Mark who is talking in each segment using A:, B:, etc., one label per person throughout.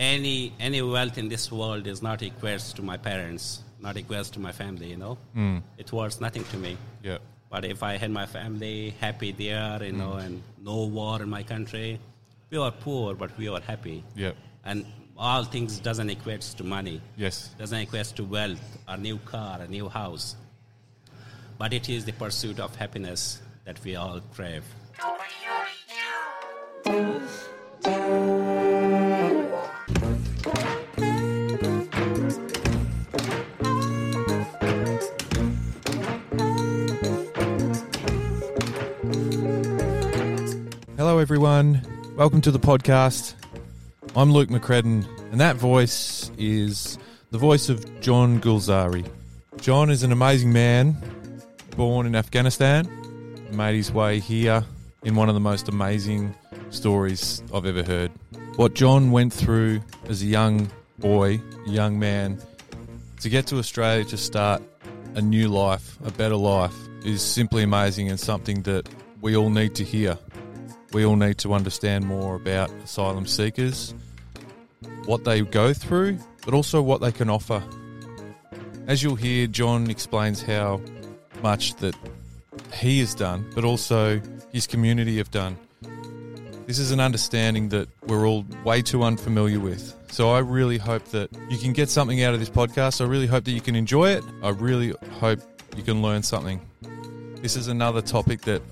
A: any any wealth in this world is not equals to my parents, not equals to my family. You know,
B: Hmm.
A: mm. it was nothing to me.
B: Yeah.
A: But if I had my family happy there,
B: Hmm.
A: you know, and no war in my country, we were poor but we were happy.
B: Yeah.
A: And all things doesn't equate to money.
B: Yes.
A: Doesn't equate to wealth, a new car, a new house. But it is the pursuit of happiness that we all crave.
B: Hello, everyone. Welcome to the podcast. I'm Luke McCredden, and that voice is the voice of John Gulzari. John is an amazing man born in Afghanistan, made his way here in one of the most amazing stories I've ever heard. What John went through as a young boy, a young man, to get to Australia to start a new life, a better life, is simply amazing and something that we all need to hear. We all need to understand more about asylum seekers, what they go through, but also what they can offer. As you'll hear, John explains how much that he has done, but also his community have done. This is an understanding that we're all way too unfamiliar with. So I really hope that you can get something out of this podcast. I really hope that you can enjoy it. I really hope you can learn something. This is another topic that,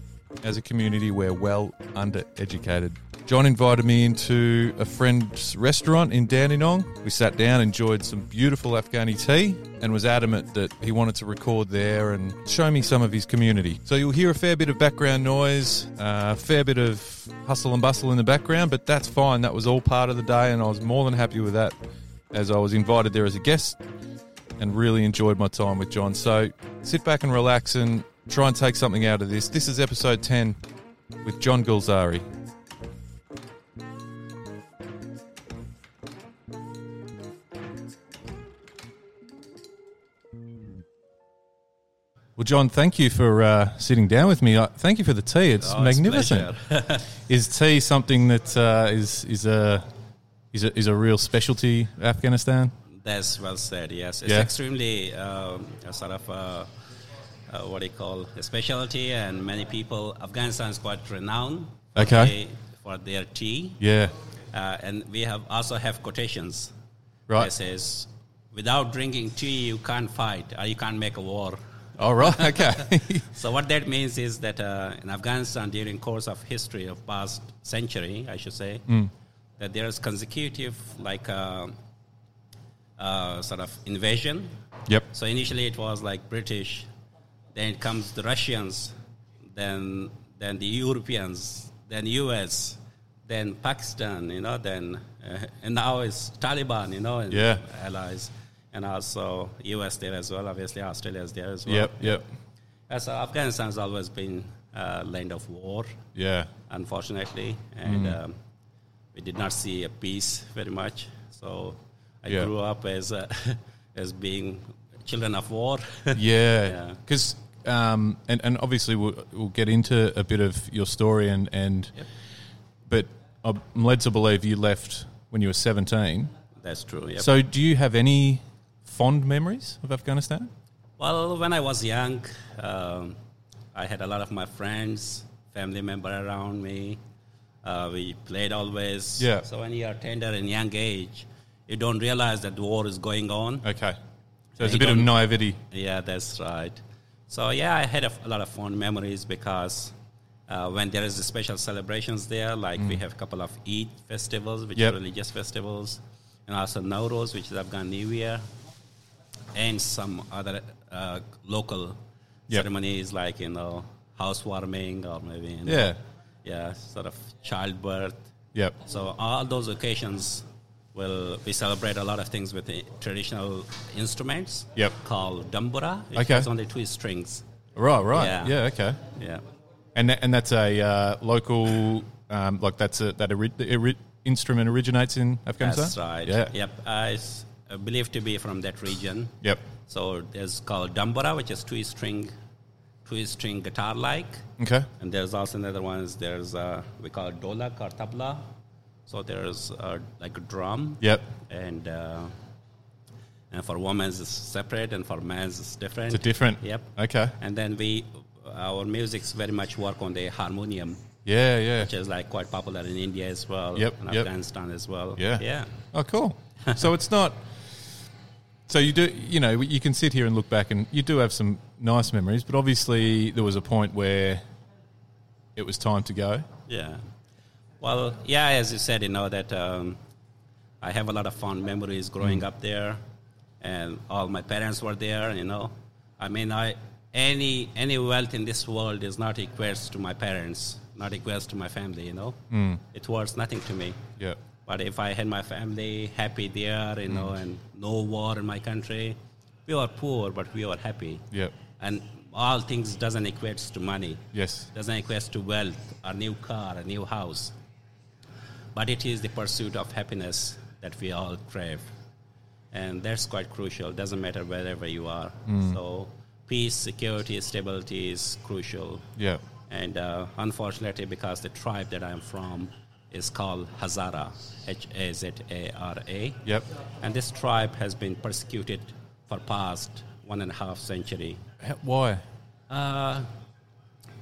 B: as a community, we're well undereducated. John invited me into a friend's restaurant in Dandenong. We sat down, enjoyed some beautiful Afghani tea, and was adamant that he wanted to record there and show me some of his community. So you'll hear a fair bit of background noise, uh, a fair bit of hustle and bustle in the background, but that's fine. That was all part of the day, and I was more than happy with that as I was invited there as a guest and really enjoyed my time with John. So sit back and relax and try and take something out of this. This is episode 10 with John Gulzari. Well, John, thank you for uh, sitting down with me. Uh, thank you for the tea. It's
A: Oh, it's
B: magnificent. is tea something that uh, is is a is a, is a real specialty of Afghanistan?
A: That's well said. Yes, it's
B: Yeah.
A: extremely um, a sort of uh, uh, what do you call a specialty, and many people. Afghanistan is quite renowned. for
B: Okay.
A: they- for their tea,
B: Yeah.
A: uh, and we have also have quotations.
B: Right.
A: That says, "Without drinking tea, you can't fight, or you can't make a war."
B: All Oh, right. Okay.
A: So what that means is that uh, in Afghanistan, during course of history of past century, I should say,
B: Hmm.
A: that there is consecutive like uh, uh, sort of invasion.
B: yep.
A: So initially it was like British, then it comes the Russians, then then the Europeans, then U.S., then Pakistan, you know, then uh, and now it's Taliban, you know, and
B: Yeah.
A: allies, and also U.S. there as well. Obviously, Australia is there as well.
B: Yep. Yep.
A: Uh, so Afghanistan has always been a land of war,
B: Yeah.
A: unfortunately, and
B: Mm.
A: um, we did not see a peace very much. So I
B: Yeah.
A: grew up as uh, as being children of war.
B: Yeah.
A: Yeah.
B: Because um, and and obviously we'll we'll get into a bit of your story and and
A: Yep.
B: but I'm led to believe you left when you were 17.
A: That's true. Yep.
B: So do you have any fond memories of Afghanistan?
A: well, when I was young, um, I had a lot of my friends, family member around me. Uh, we played always.
B: Yeah.
A: So when you are tender and young age, you don't realize that the war is going on.
B: Okay. So it's a
A: You
B: bit of
A: don't-
B: naivety.
A: Yeah, that's right. So yeah, I had a, f- a lot of fond memories because uh, when there is the special celebrations there, like we have a couple of Eid festivals, which
B: Mm. Yep.
A: are religious festivals, and also Nowruz, which is Afghan New Year, and some other uh, local
B: Yep.
A: ceremonies like you know housewarming or maybe you know,
B: Yeah.
A: yeah, sort of childbirth.
B: Yep.
A: So all those occasions, will we celebrate a lot of things with the traditional instruments.
B: Yep.
A: Called dambura. It
B: Okay.
A: has only two strings.
B: Right, right. Yeah,
A: Yeah.
B: okay.
A: Yeah.
B: And that, and that's a uh, local um, like that's a that ori- the ori- instrument originates in Afghanistan.
A: That's right.
B: Yeah.
A: Yep. I s- uh, believed to be from that region.
B: Yep.
A: So there's called dambura, which is two string, two string guitar like,
B: Okay.
A: and there's also another one. Is there's uh, we call it dolak or tabla, So there's uh, like a drum,
B: Yep.
A: and uh, and for women it's separate, and for men it's different.
B: It's a different.
A: Yep.
B: Okay.
A: And then we, our music's very much work on the harmonium,
B: Yeah, yeah.
A: which is like quite popular in India as well,
B: Yep,
A: and
B: yep.
A: Afghanistan as well.
B: Yeah.
A: Yeah.
B: Oh, cool. so it's not. So you do, you know, you can sit here and look back, and you do have some nice memories. But obviously, there was a point where it was time to go.
A: Yeah. Well, yeah, as you said, you know that um, I have a lot of fond memories growing up there, and all my parents were there. You know, I mean, I any any wealth in this world is not equals to my parents, not equals to my family. You know, mm. it was nothing to me.
B: Yeah.
A: But if I had my family happy there, you know, and no war in my country, we were poor, but we were happy.
B: Yeah.
A: And all things doesn't equate to money
B: Yes.
A: doesn't equate to wealth, a new car, a new house. But it is the pursuit of happiness that we all crave. And that's quite crucial. Doesn't matter wherever you are. So peace, security, stability is crucial.
B: Yeah.
A: And uh, unfortunately, because the tribe that I'm from is called Hazara, H A Z A R A.
B: Yep.
A: And this tribe has been persecuted for past one and a half century.
B: How- Why?
A: Uh,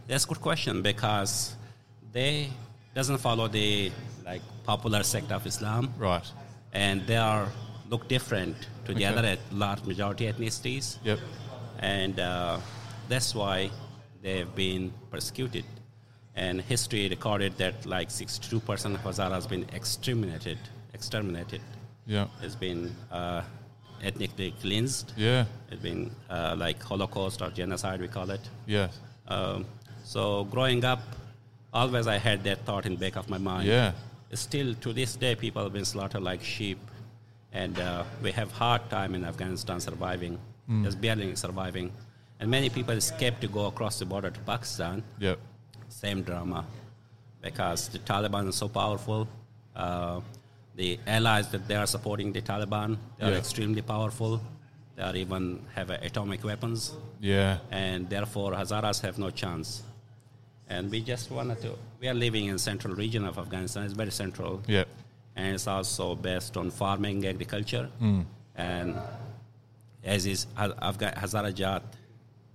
A: that's a good question because they doesn't follow the like popular sect of Islam,
B: Right.
A: and they are look different to the
B: Okay.
A: other eth- large majority ethnicities,
B: Yep.
A: and uh, that's why they've been persecuted. And history recorded that like 62% of Hazara has been exterminated. Exterminated.
B: Yeah.
A: It's been uh, ethnically cleansed.
B: Yeah.
A: It's been uh, like Holocaust or genocide, we call it.
B: Yeah.
A: Um, so growing up, always I had that thought in back of my mind.
B: Yeah.
A: Still to this day, people have been slaughtered like sheep, and uh, we have hard time in Afghanistan surviving,
B: Hmm.
A: just barely surviving. And many people escape to go across the border to Pakistan.
B: Yep.
A: Same drama, because the Taliban is so powerful. Uh, the allies that they are supporting the Taliban, they are
B: Yeah.
A: extremely powerful. They are even have uh, atomic weapons
B: Yeah.
A: and therefore Hazaras have no chance. And we just wanted to. We are living in central region of Afghanistan. It's very central,
B: Yep.
A: and it's also based on farming, agriculture, and as is Ha- Afga- Hazarajat,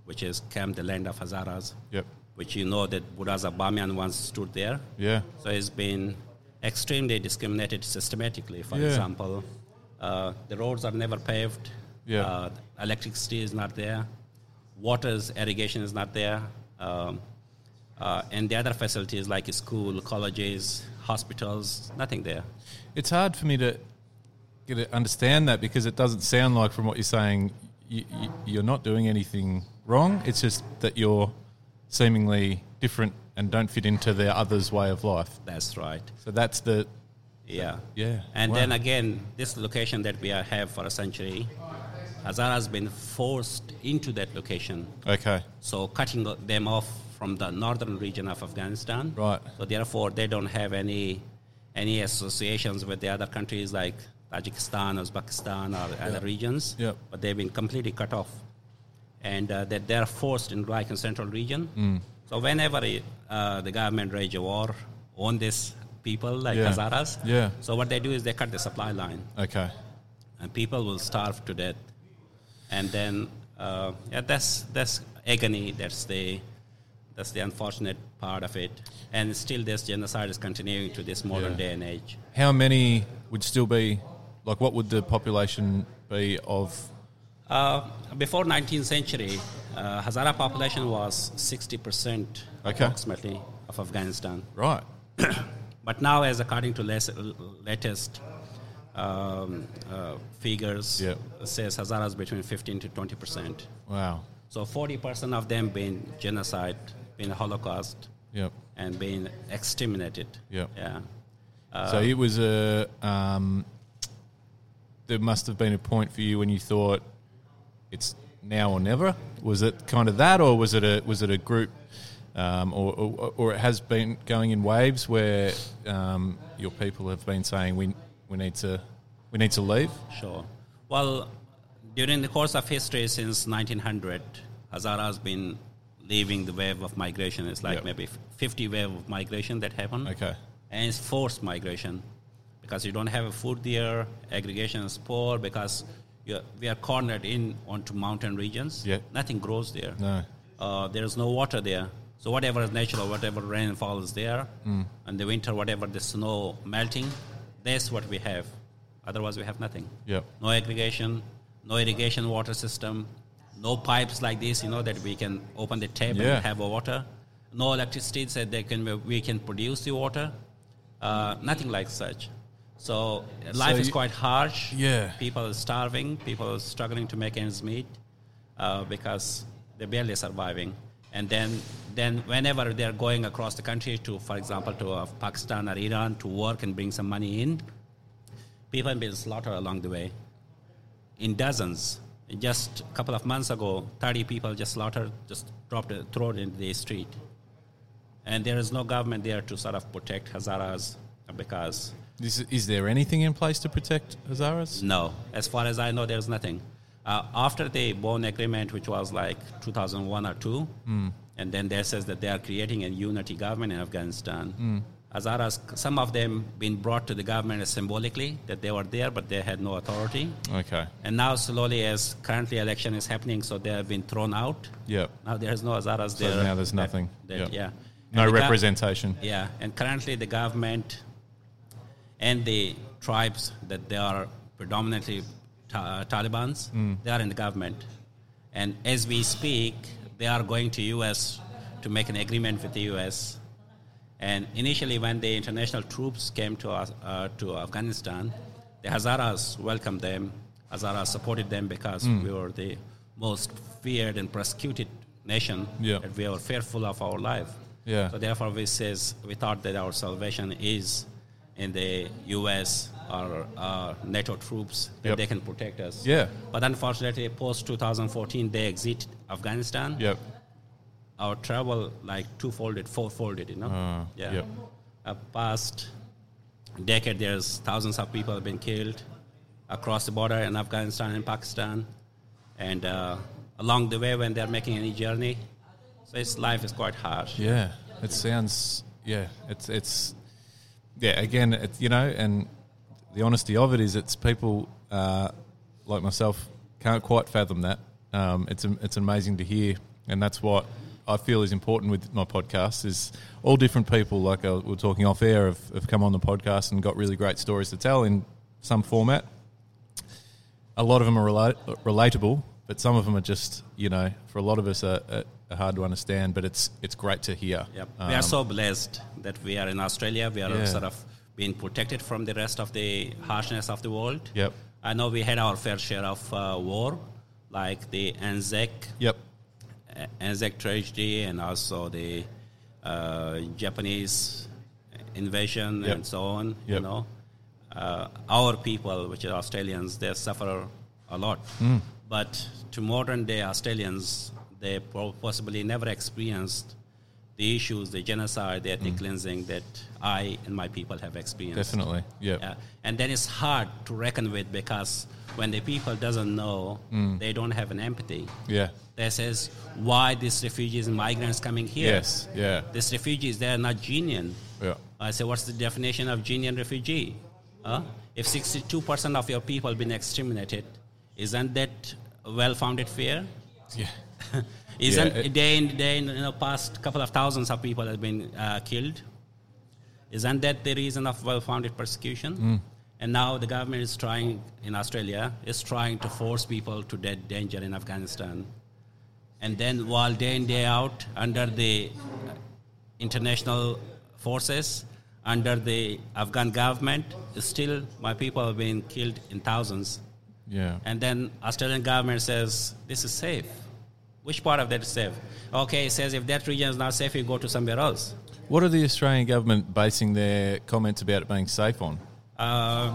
A: which is camp the land of Hazaras,
B: Yep.
A: which you know that Buddha's Bamiyan once stood there.
B: Yeah.
A: So it's been extremely discriminated systematically. For
B: Yeah.
A: example, uh, the roads are never paved.
B: Yeah.
A: Uh, electricity is not there. Water's irrigation is not there. Um, uh, and the other facilities like school, colleges, hospitals, nothing there.
B: It's hard for me to get to understand that because it doesn't sound like from what you're saying you, you, you're not doing anything wrong. It's just that you're seemingly different and don't fit into the others' way of life.
A: That's right.
B: So that's the
A: Yeah.
B: yeah.
A: And
B: Wow.
A: then again, this location that we are, have for a century, Hazara has been forced into that location.
B: okay,
A: so cutting them off from the northern region of Afghanistan.
B: Right.
A: So therefore, they don't have any any associations with the other countries like Tajikistan, Uzbekistan, or other regions.
B: Yeah.
A: But they've been completely cut off, and uh, that they're forced in like in central region.
B: Hmm.
A: So whenever uh, the government wage a war on these people like
B: Yeah.
A: Hazaras,
B: Yeah.
A: so what they do is they cut the supply line
B: okay,
A: and people will starve to death. And then, uh, yeah, that's that's agony. That's the that's the unfortunate part of it. And still, this genocide is continuing to this modern
B: Yeah.
A: day and age.
B: how many would still be like? What would the population be of?
A: Uh, before 19th century, uh, Hazara population was 60 percent
B: Okay.
A: approximately of Afghanistan.
B: Right.
A: But now, as according to les- latest um, uh, figures,
B: Yeah.
A: says Hazara is between 15 to 20 percent.
B: Wow.
A: So 40% of them being genocide, being Holocaust,
B: Yep.
A: and being exterminated.
B: Yep.
A: Yeah.
B: so it was a. Um, there must have been a point for you when you thought it's now or never. Was it kind of that, or was it a was it a group, um, or, or or it has been going in waves where um, your people have been saying we we need to we need to leave.
A: Sure. Well, during the course of history since 1900, Hazara has been leaving the wave of migration. It's like
B: Yep.
A: maybe 50 wave of migration that happened.
B: Okay.
A: And it's forced migration. because you don't have a food there. Aggregation is poor because you're, we are cornered in onto mountain regions.
B: Yeah.
A: Nothing grows there.
B: No.
A: Uh, there is no water there. So whatever is natural, whatever rainfall is there,
B: Mm.
A: and the winter, whatever the snow melting, that's what we have. Otherwise, we have nothing.
B: Yep.
A: No aggregation, no irrigation water system, no pipes like this, you know, that we can open the tap
B: Yeah.
A: and have a water. No electricity that they can we can produce the water. Uh, nothing like such. So uh, life is
B: you-
A: quite harsh.
B: Yeah.
A: People are starving. People are struggling to make ends meet uh, because they're barely surviving. And then, then whenever they're going across the country to, for example, to uh, Pakistan or Iran to work and bring some money in, people have been slaughtered along the way in dozens. Just a couple of months ago, 30 people just slaughtered, just dropped, thrown into the street. And there is no government there to sort of protect Hazaras because
B: This, is there anything in place to protect Hazaras?
A: no, as far as I know, there's nothing. Uh, after the Bonn Agreement, which was like 2001 or 2,
B: Hmm.
A: and then there says that they are creating a unity government in Afghanistan.
B: Hmm.
A: Hazaras, some of them been brought to the government symbolically, that they were there, but they had no authority.
B: Okay.
A: And now slowly, as currently election is happening, so they have been thrown out.
B: Yep.
A: Now there is no Hazaras there.
B: now there's nothing.
A: That-
B: Yep.
A: Yeah.
B: No
A: And the gov-
B: representation.
A: yeah, and currently the government and the tribes that they are predominantly ta- uh, Taliban's, they are in the government. And as we speak, they are going to U.S. to make an agreement with the U.S. And initially, when the international troops came to us, uh, to Afghanistan, the Hazaras welcomed them. Hazaras supported them because we were the most feared and persecuted nation.
B: Yeah.
A: That we were fearful of our life.
B: Yeah.
A: So therefore, we says we thought that our salvation is in the U.S. or uh, NATO troops that
B: Yep.
A: they can protect us.
B: Yeah.
A: But unfortunately, post 2014, they exit Afghanistan
B: Yep.
A: our travel like two-folded, four-folded, you know.
B: Uh,
A: yeah.
B: yep.
A: Uh, past decade, there's thousands of people have been killed across the border in Afghanistan and Pakistan, and uh, along the way when they're making any journey, so it's life is quite harsh.
B: Yeah, it sounds. Yeah, it's it's. Yeah, again, it's you know, and the honesty of it is, it's people uh, like myself can't quite fathom that. Um, it's am- it's amazing to hear, and that's what I feel is important with my podcast. Is all different people, like uh, we we're talking off air, have, have come on the podcast and got really great stories to tell in some format. A lot of them are rela- relatable, but some of them are just you know, for a lot of us, are, are- are hard to understand. But it's it's great to hear.
A: Yep.
B: Um,
A: we are so blessed that we are in Australia. We are
B: Yeah.
A: sort of being protected from the rest of the harshness of the world.
B: Yep.
A: I know we had our fair share of uh, war, like the E Anzac
B: Yep.
A: A- Anzac tragedy and also the uh, Japanese invasion
B: Yep.
A: and so on. You
B: Yep.
A: know, uh, our people, which are Australians, they suffer a lot.
B: Hmm.
A: But to modern day Australians, they po- possibly never experienced the issues, the genocide, the ethnic cleansing that I and my people have experienced.
B: Hmm. Definitely. Yep.
A: Yeah. And then it's hard to reckon with because when the people doesn't know,
B: Hmm.
A: they don't have an empathy
B: Yeah.
A: that says why these refugees and migrants coming here.
B: Yes. Yeah.
A: These refugees, they are not genuine.
B: Yeah.
A: I say, what's the definition of genuine refugee? Huh? If 62% of your people been exterminated, isn't that a well-founded fear?
B: Yeah.
A: Isn't
B: Yeah, it-
A: day in day in the past couple of thousands of people have been uh, killed? Isn't that the reason of well-founded persecution?
B: Hmm.
A: And now the government is trying in Australia is trying to force people to dead danger in Afghanistan, and then while day in day out under the uh, international forces, under the Afghan government, still my people have been killed in thousands.
B: Yeah.
A: And then Australian government says this is safe. Which part of that is safe? Okay, it says if that region is not safe, you go to somewhere else.
B: What are the Australian government basing their comments about it being safe on?
A: Uh,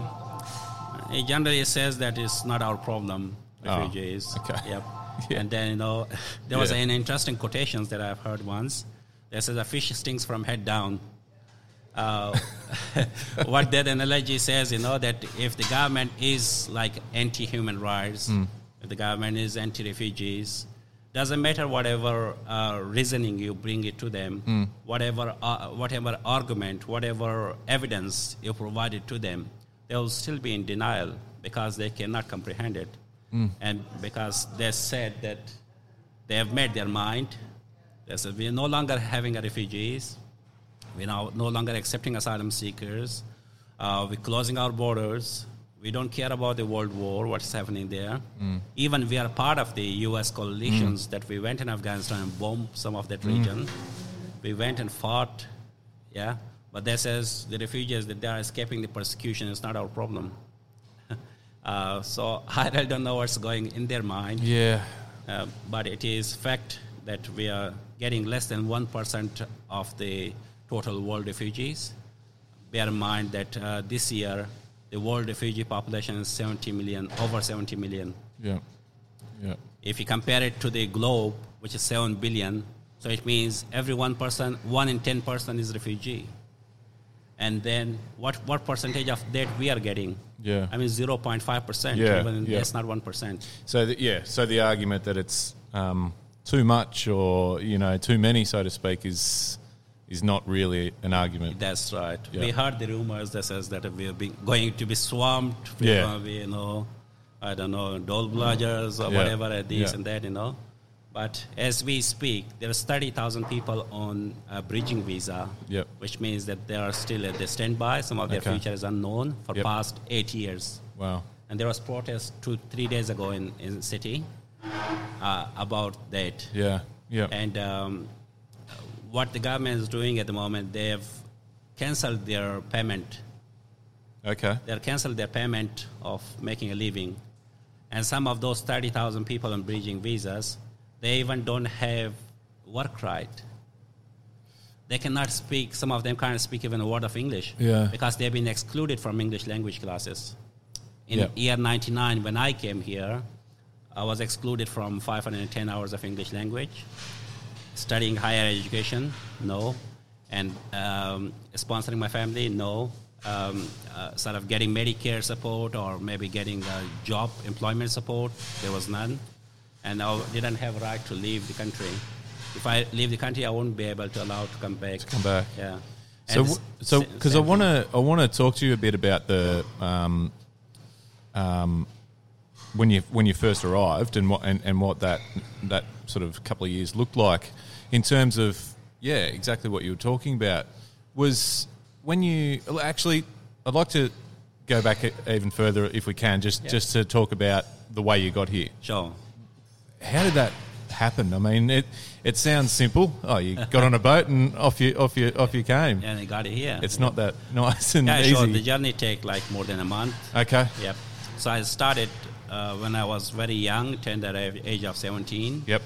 A: it generally says that it's not our problem,
B: Oh,
A: refugees.
B: okay.
A: Yep.
B: Yeah.
A: And then you know, there was
B: Yeah.
A: an interesting quotations that I've heard once. That says a fish stinks from head down. Uh, what that analogy says, you know, that if the government is like anti-human rights, if the government is anti-refugees, doesn't matter whatever uh, reasoning you bring it to them, whatever uh, whatever argument, whatever evidence you provided to them, they will still be in denial because they cannot comprehend it. And because they said that they have made their mind. They said, we're no longer having refugees. We're now no longer accepting asylum seekers. Uh, we're closing our borders. We don't care about the world war, what's happening there. Even we are part of the U.S. coalitions that we went in Afghanistan and bombed some of that region. We went and fought, yeah. But they says the refugees that they are escaping the persecution. It's not our problem. uh, so I really don't know what's going in their mind.
B: Yeah.
A: Uh, but it is fact that we are getting less than 1% of the total world refugees. Bear in mind that uh, this year the world refugee population is 70 million, over 70 million.
B: Yeah. Yeah.
A: If you compare it to the globe, which is 7 billion, so it means every one person, one in 10 person is refugee. And then what, what percentage of that we are getting?
B: Yeah.
A: I mean, 0.5%.
B: Yeah,
A: even
B: yeah.
A: That's not 1%.
B: So the, yeah, so the argument that it's um, too much or you know too many, so to speak, is is not really an argument.
A: That's right.
B: Yeah.
A: We heard the rumors that says that we're being, going to be swamped. We're
B: Yeah.
A: going to be, you know, I don't know, dole bludgers or
B: Yeah.
A: whatever, uh, this
B: Yeah.
A: and that, you know. But as we speak, there's 30,000 people on a bridging visa,
B: Yep.
A: which means that they are still at the standby. Some of their
B: Okay.
A: future is unknown for
B: Yep.
A: past eight years
B: Wow.
A: and there was protest two three days ago in in city uh, about that
B: Yeah. Yeah.
A: and um, what the government is doing at the moment they've cancelled their payment
B: okay.
A: they've cancelled their payment of making a living and some of those 30,000 people on bridging visas they even don't have work right they cannot speak some of them can't speak even a word of english
B: Yeah.
A: because they've been excluded from english language classes in
B: Yeah.
A: year 99 when i came here i was excluded from 510 hours of english language studying higher education no and um, sponsoring my family no um, uh, sort of getting medicare support or maybe getting uh, job employment support there was none and i didn't have right to leave the country if i leave the country i won't be able to allow to come back to
B: come back.
A: yeah
B: So
A: And
B: w-
A: s-
B: so
A: sa-
B: because I
A: same thing.
B: want to I want to talk to you a bit about the um, um, when you when you first arrived and what and, and what that that sort of couple of years looked like in terms of yeah exactly what you were talking about was when you well, actually I'd like to go back e- even further if we can just
A: Yeah.
B: just to talk about the way you got here
A: sure
B: how did that happen I mean it it sounds simple oh you got on a boat and off you off you off you came
A: and I got it here.
B: it's not that nice and
A: yeah,
B: easy.
A: sure. The journey take like more than a month.
B: okay.
A: Yep. So I started uh, when I was very young, tender a- age of seventeen.
B: Yep.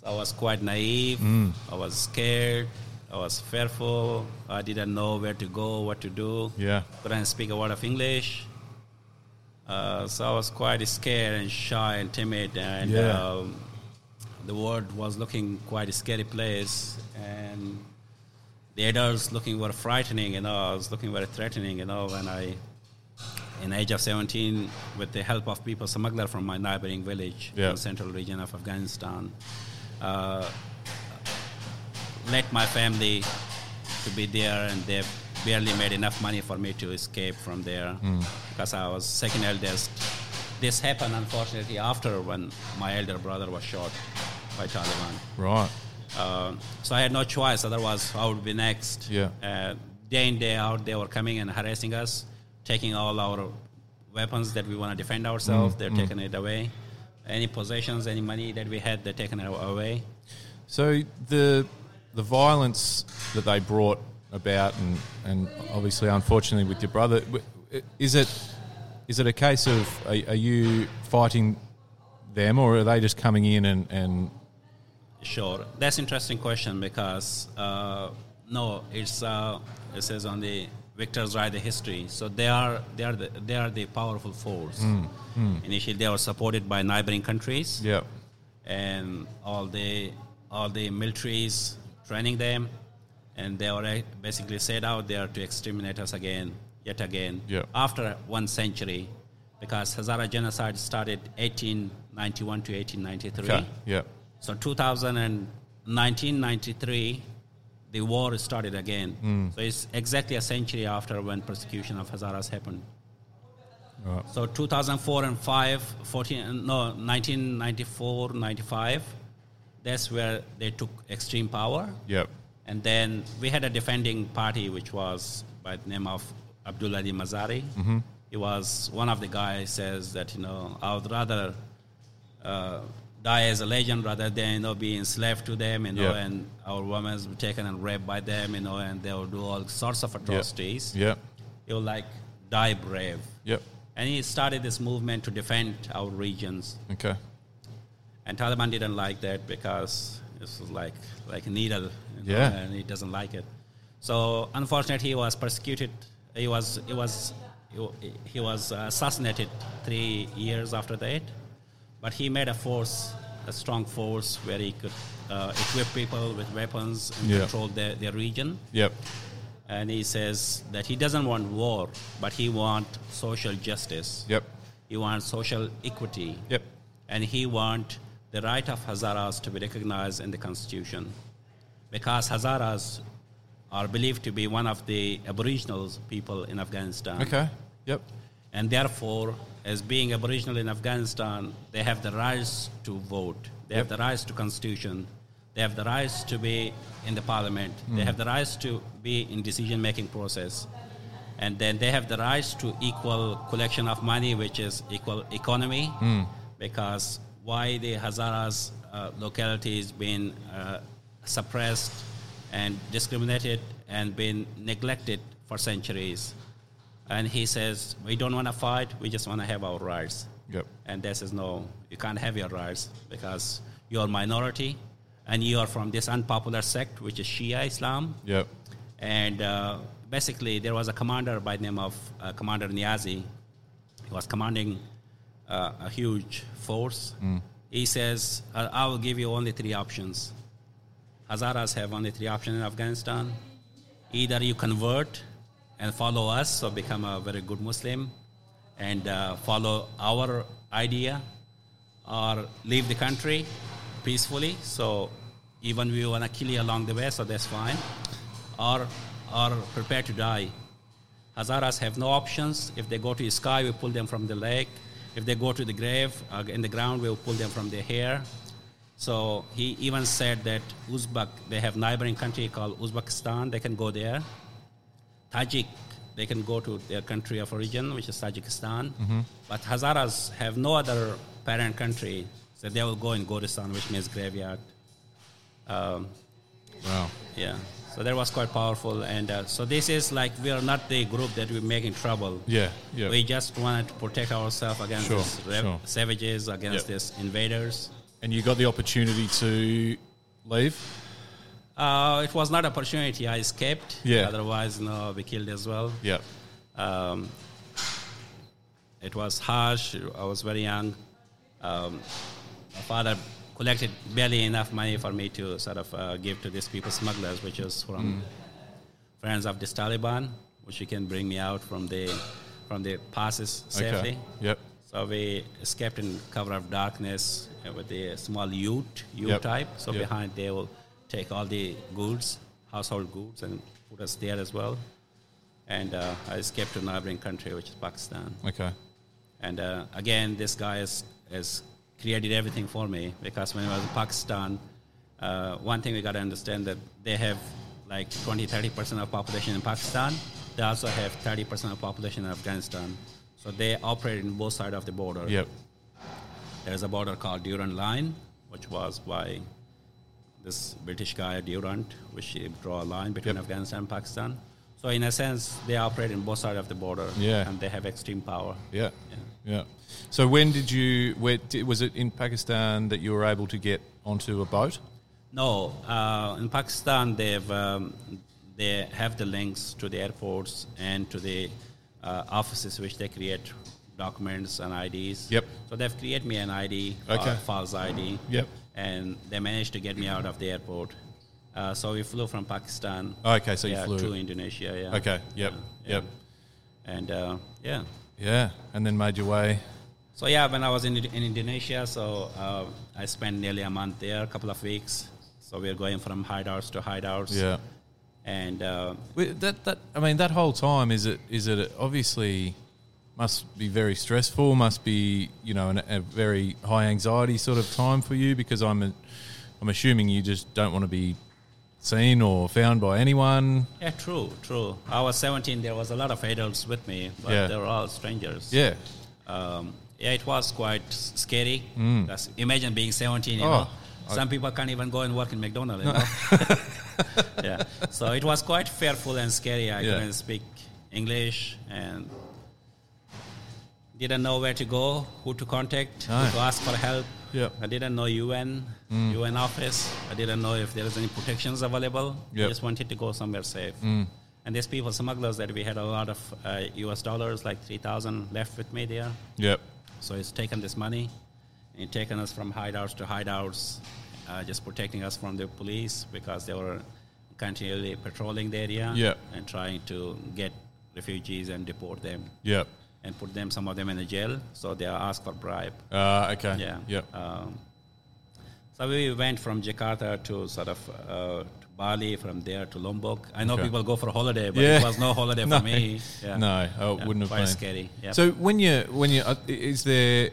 A: So I was quite naive.
B: Mm.
A: I was scared. I was fearful. I didn't know where to go, what to do.
B: Yeah.
A: Couldn't speak a word of English. Uh, so I was quite scared and shy and timid, and
B: Yeah.
A: um, the world was looking quite a scary place. And the adults looking were frightening, you know, I was looking very threatening, you know, when I, in age of 17, with the help of people smuggler from my neighboring village
B: Yeah.
A: in central region of Afghanistan, uh, let my family to be there and they barely made enough money for me to escape from there because I was second eldest. This happened, unfortunately, after when my elder brother was shot by Taliban.
B: Right.
A: Uh, so I had no choice. Otherwise, I would be next.
B: Yeah.
A: Uh, day in day out, they were coming and harassing us, taking all our weapons that we want to defend ourselves. They're taking it away. Any possessions, any money that we had, they're taking it away.
B: So the the violence that they brought about, and and obviously, unfortunately, with your brother, w- is it is it a case of are, are you fighting them, or are they just coming in and and
A: Sure, that's interesting question because uh, no, it's uh, it says on the victors write the history. So they are they are the, they are the powerful force. Initially, they were supported by neighboring countries.
B: yeah
A: and all the all the militaries training them, and they were basically set out there to exterminate us again, yet again,
B: Yeah.
A: after one century, because Hazara genocide started 1891 to 1893.
B: okay yeah
A: So 2000 and 1993, the war started again. So it's exactly a century after when persecution of Hazaras happened.
B: Right.
A: So 2004 and 5, 14, no, 1994, 95, that's where they took extreme power.
B: Yep.
A: And then we had a defending party, which was by the name of Abdul Ali Mazari. He was one of the guys says that, you know, I would rather uh, die as a legend rather than, you know, be enslaved to them, you know,
B: Yeah.
A: and our women be taken and raped by them, you know, and they will do all sorts of atrocities.
B: Yep.
A: He will, like, die brave.
B: Yep.
A: And he started this movement to defend our regions.
B: Okay.
A: And Taliban didn't like that because this was like like a needle, you know,
B: Yeah.
A: and he doesn't like it. So unfortunately, he was persecuted. He was he was he wa- he was assassinated three years after that. But he made a force, a strong force, where he could uh, equip people with weapons and
B: Yeah.
A: control their, their region.
B: Yep.
A: And he says that he doesn't want war, but he wants social justice.
B: Yep.
A: He wants social equity
B: Yep.
A: and he want the right of Hazaras to be recognized in the constitution because Hazaras are believed to be one of the aboriginal people in Afghanistan.
B: Okay. Yep.
A: And therefore, as being aboriginal in Afghanistan, they have the rights to vote, they have
B: Yep.
A: the rights to constitution, they have the rights to be in the parliament, they have the rights to be in decision-making process. And then they have the rights to equal collection of money, which is equal economy, because why the Hazaras uh, locality is being uh, suppressed and discriminated and been neglected for centuries. And he says, we don't want to fight, we just want to have our rights.
B: Yep.
A: And they says, no, you can't have your rights because you're a minority and you are from this unpopular sect, which is Shia Islam.
B: Yep.
A: And uh, basically, there was a commander by the name of uh, Commander Niazi. He was commanding uh, a huge force. He says, I I will give you only three options. Hazaras have only three options in Afghanistan. Either you convert and follow us, or become a very good Muslim and uh, follow our idea, or leave the country peacefully. So even we want to kill you along the way, so that's fine. Or or prepare to die. Hazaras have no options. If they go to the sky, we pull them from the lake. If they go to the grave uh, in the ground, we'll pull them from their hair. So he even said that Uzbek, they have neighboring country called Uzbekistan. They can go there. Tajik, they can go to their country of origin, which is Tajikistan.
B: Mm-hmm.
A: But Hazaras have no other parent country, so they will go in Goristan, which means graveyard. Um,
B: Wow.
A: yeah, so that was quite powerful. And uh, so this is like we are not the group that we're making trouble.
B: Yeah. Yeah.
A: We just wanted to protect ourselves against
B: Sure,
A: these rev-
B: sure.
A: savages, against
B: Yeah.
A: these invaders.
B: And you got the opportunity to leave.
A: Uh, it was not opportunity. I escaped.
B: Yeah.
A: Otherwise, no, I'll be killed as well.
B: Yep.
A: Um, it was harsh. I was very young. Um, my father collected barely enough money for me to sort of uh, give to these people smugglers, which is
B: Mm.
A: from friends of this Taliban, which you can bring me out from the from the passes safely.
B: Okay. Yep.
A: So we escaped in cover of darkness uh, with a small ute, U
B: Yep.
A: type. So
B: Yep.
A: behind they will take all the goods, household goods, and put us there as well. And uh, I escaped to neighboring country, which is Pakistan.
B: Okay.
A: And uh, again, this guy has, has created everything for me because when I was in Pakistan, uh, one thing we got to understand that they have like 20, 30 percent of population in Pakistan. They also have 30 percent of population in Afghanistan. So they operate in both sides of the border.
B: Yep.
A: There is a border called Durand Line, which was by this British guy Durand, which he draw a line between
B: Yep.
A: Afghanistan and Pakistan. So in a sense, they operate in both sides of the border,
B: Yeah.
A: and they have extreme power.
B: Yeah. Yeah. So when did you? Where di- was it in Pakistan that you were able to get onto a boat?
A: No, uh, in Pakistan they've um, they have the links to the airports and to the uh, offices which they create documents and IDs.
B: Yep.
A: So they've created me an ID,
B: Okay.
A: uh, false ID.
B: Yep.
A: And they managed to get me out of the airport. Uh, so we flew from Pakistan.
B: Okay, Oh, so you
A: yeah,
B: flew.
A: to Indonesia. Yeah.
B: Okay. Yep.
A: Yeah.
B: Yep.
A: And uh, yeah.
B: Yeah. And then made your way.
A: So yeah, when I was in, in Indonesia, so uh, I spent nearly a month there, a couple of weeks. So we are going from hideouts to hideouts.
B: Yeah.
A: And uh,
B: Wait, that that I mean that whole time is it is it obviously must be very stressful. Must be you know an, a very high anxiety sort of time for you because I'm a, I'm assuming you just don't want to be seen or found by anyone.
A: Yeah, true, true. I was 17. There was a lot of adults with me, but
B: Yeah.
A: they were all strangers.
B: Yeah,
A: Um, yeah, it was quite s- scary. That's, imagine being 17. You
B: Mm. Oh,
A: know, some people can't even go and work in McDonald's. You know? yeah, so it was quite fearful and scary. I
B: Yeah.
A: couldn't speak English and didn't know where to go, who to contact,
B: No.
A: who to ask for help.
B: Yep. Mm.
A: I didn't know UN, UN office. I didn't know if there was any protections available.
B: Yep. Mm.
A: I just wanted to go somewhere safe. And these people, smugglers, that we had a lot of uh, US dollars, like 3,000 left with me there.
B: yep,
A: So it's taken this money and taken us from hideouts to hideouts, uh, just protecting us from the police because they were continually patrolling the area
B: Yeah.
A: and trying to get refugees and deport them
B: yep.
A: and put them, some of them in the jail. So they are asked for bribe.
B: Uh, okay.
A: Yeah.
B: Yep.
A: Um, so we went from Jakarta to sort of uh, to Bali, from there to Lombok. I know
B: Okay.
A: people go for holiday, but
B: Yeah.
A: it was no holiday
B: No.
A: for me. Yeah.
B: No, oh, it
A: Yeah,
B: wouldn't have
A: quite
B: been
A: scary. Yep.
B: So when you when you uh, is there,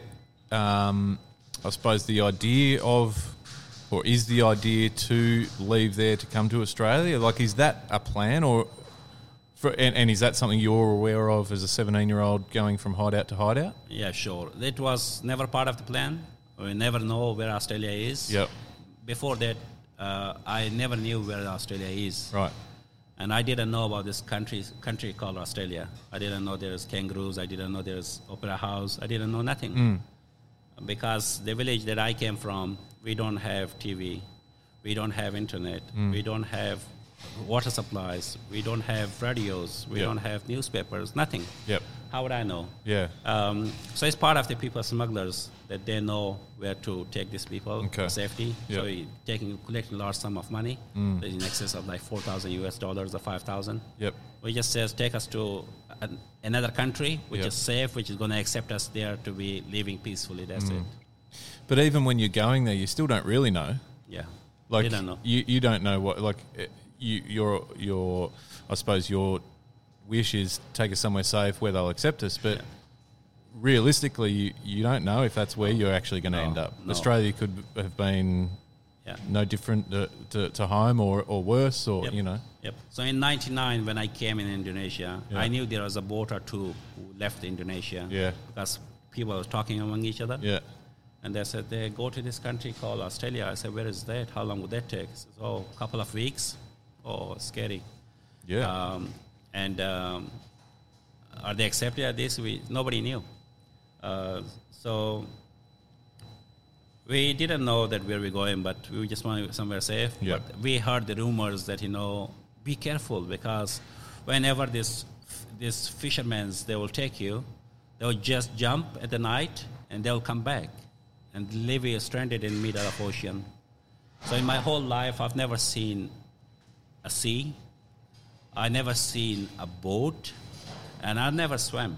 B: um, I suppose the idea of, or is the idea to leave there to come to Australia? Like, is that a plan or? For, and, and is that something you're aware of as a 17 year old going from hideout to hideout?
A: Yeah, sure. That was never part of the plan. We never know where Australia is.
B: Yep.
A: Before that, uh, I never knew where Australia is,
B: Right.
A: and I didn't know about this country country called Australia. I didn't know there's kangaroos. I didn't know there's opera house. I didn't know nothing
B: Hmm.
A: because the village that I came from, we don't have TV, we don't have internet,
B: Hmm.
A: we don't have water supplies, we don't have radios, we
B: Yep.
A: don't have newspapers, nothing.
B: Yep.
A: How would I know?
B: Yeah.
A: Um, so it's part of the people smugglers that they know where to take these people
B: Okay.
A: for safety.
B: Yeah. Mm.
A: So you taking collecting large sum of money, that's in excess of like four thousand US dollars or five thousand.
B: Yep.
A: We just says take us to an, another country which
B: Yeah.
A: is safe, which is going to accept us there to be living peacefully. That's
B: Mm.
A: it.
B: But even when you're going there, you still don't really know.
A: Yeah.
B: like
A: they don't know.
B: You, you don't know what like uh, you your your I suppose your wish is take us somewhere safe where they'll accept us, but realistically you, you don't know if that's where you're actually going to
A: No,
B: end up.
A: no.
B: Australia could have been
A: Yeah.
B: no different to, to, to home or, or worse or
A: Yep.
B: you know
A: Yep. So in '99, when I came in Indonesia,
B: Yeah.
A: I knew there was a boat or two who left Indonesia.
B: Yeah.
A: Because people were talking among each other.
B: yeah
A: And they said, they go to this country called Australia. I said, where is that? How long would that take? He says, oh, a couple of weeks. Oh, scary.
B: yeah
A: Um, and um, are they accepted at this? We, nobody knew. Uh, so we didn't know that where we're going, but we just wanted somewhere safe.
B: Yeah.
A: But we heard the rumors that, you know, be careful because whenever this, this fishermen's, they will take you, they'll just jump at the night and they'll come back and leave you stranded in middle of ocean. So in my whole life, I've never seen a sea. I never seen a boat, and I never swam.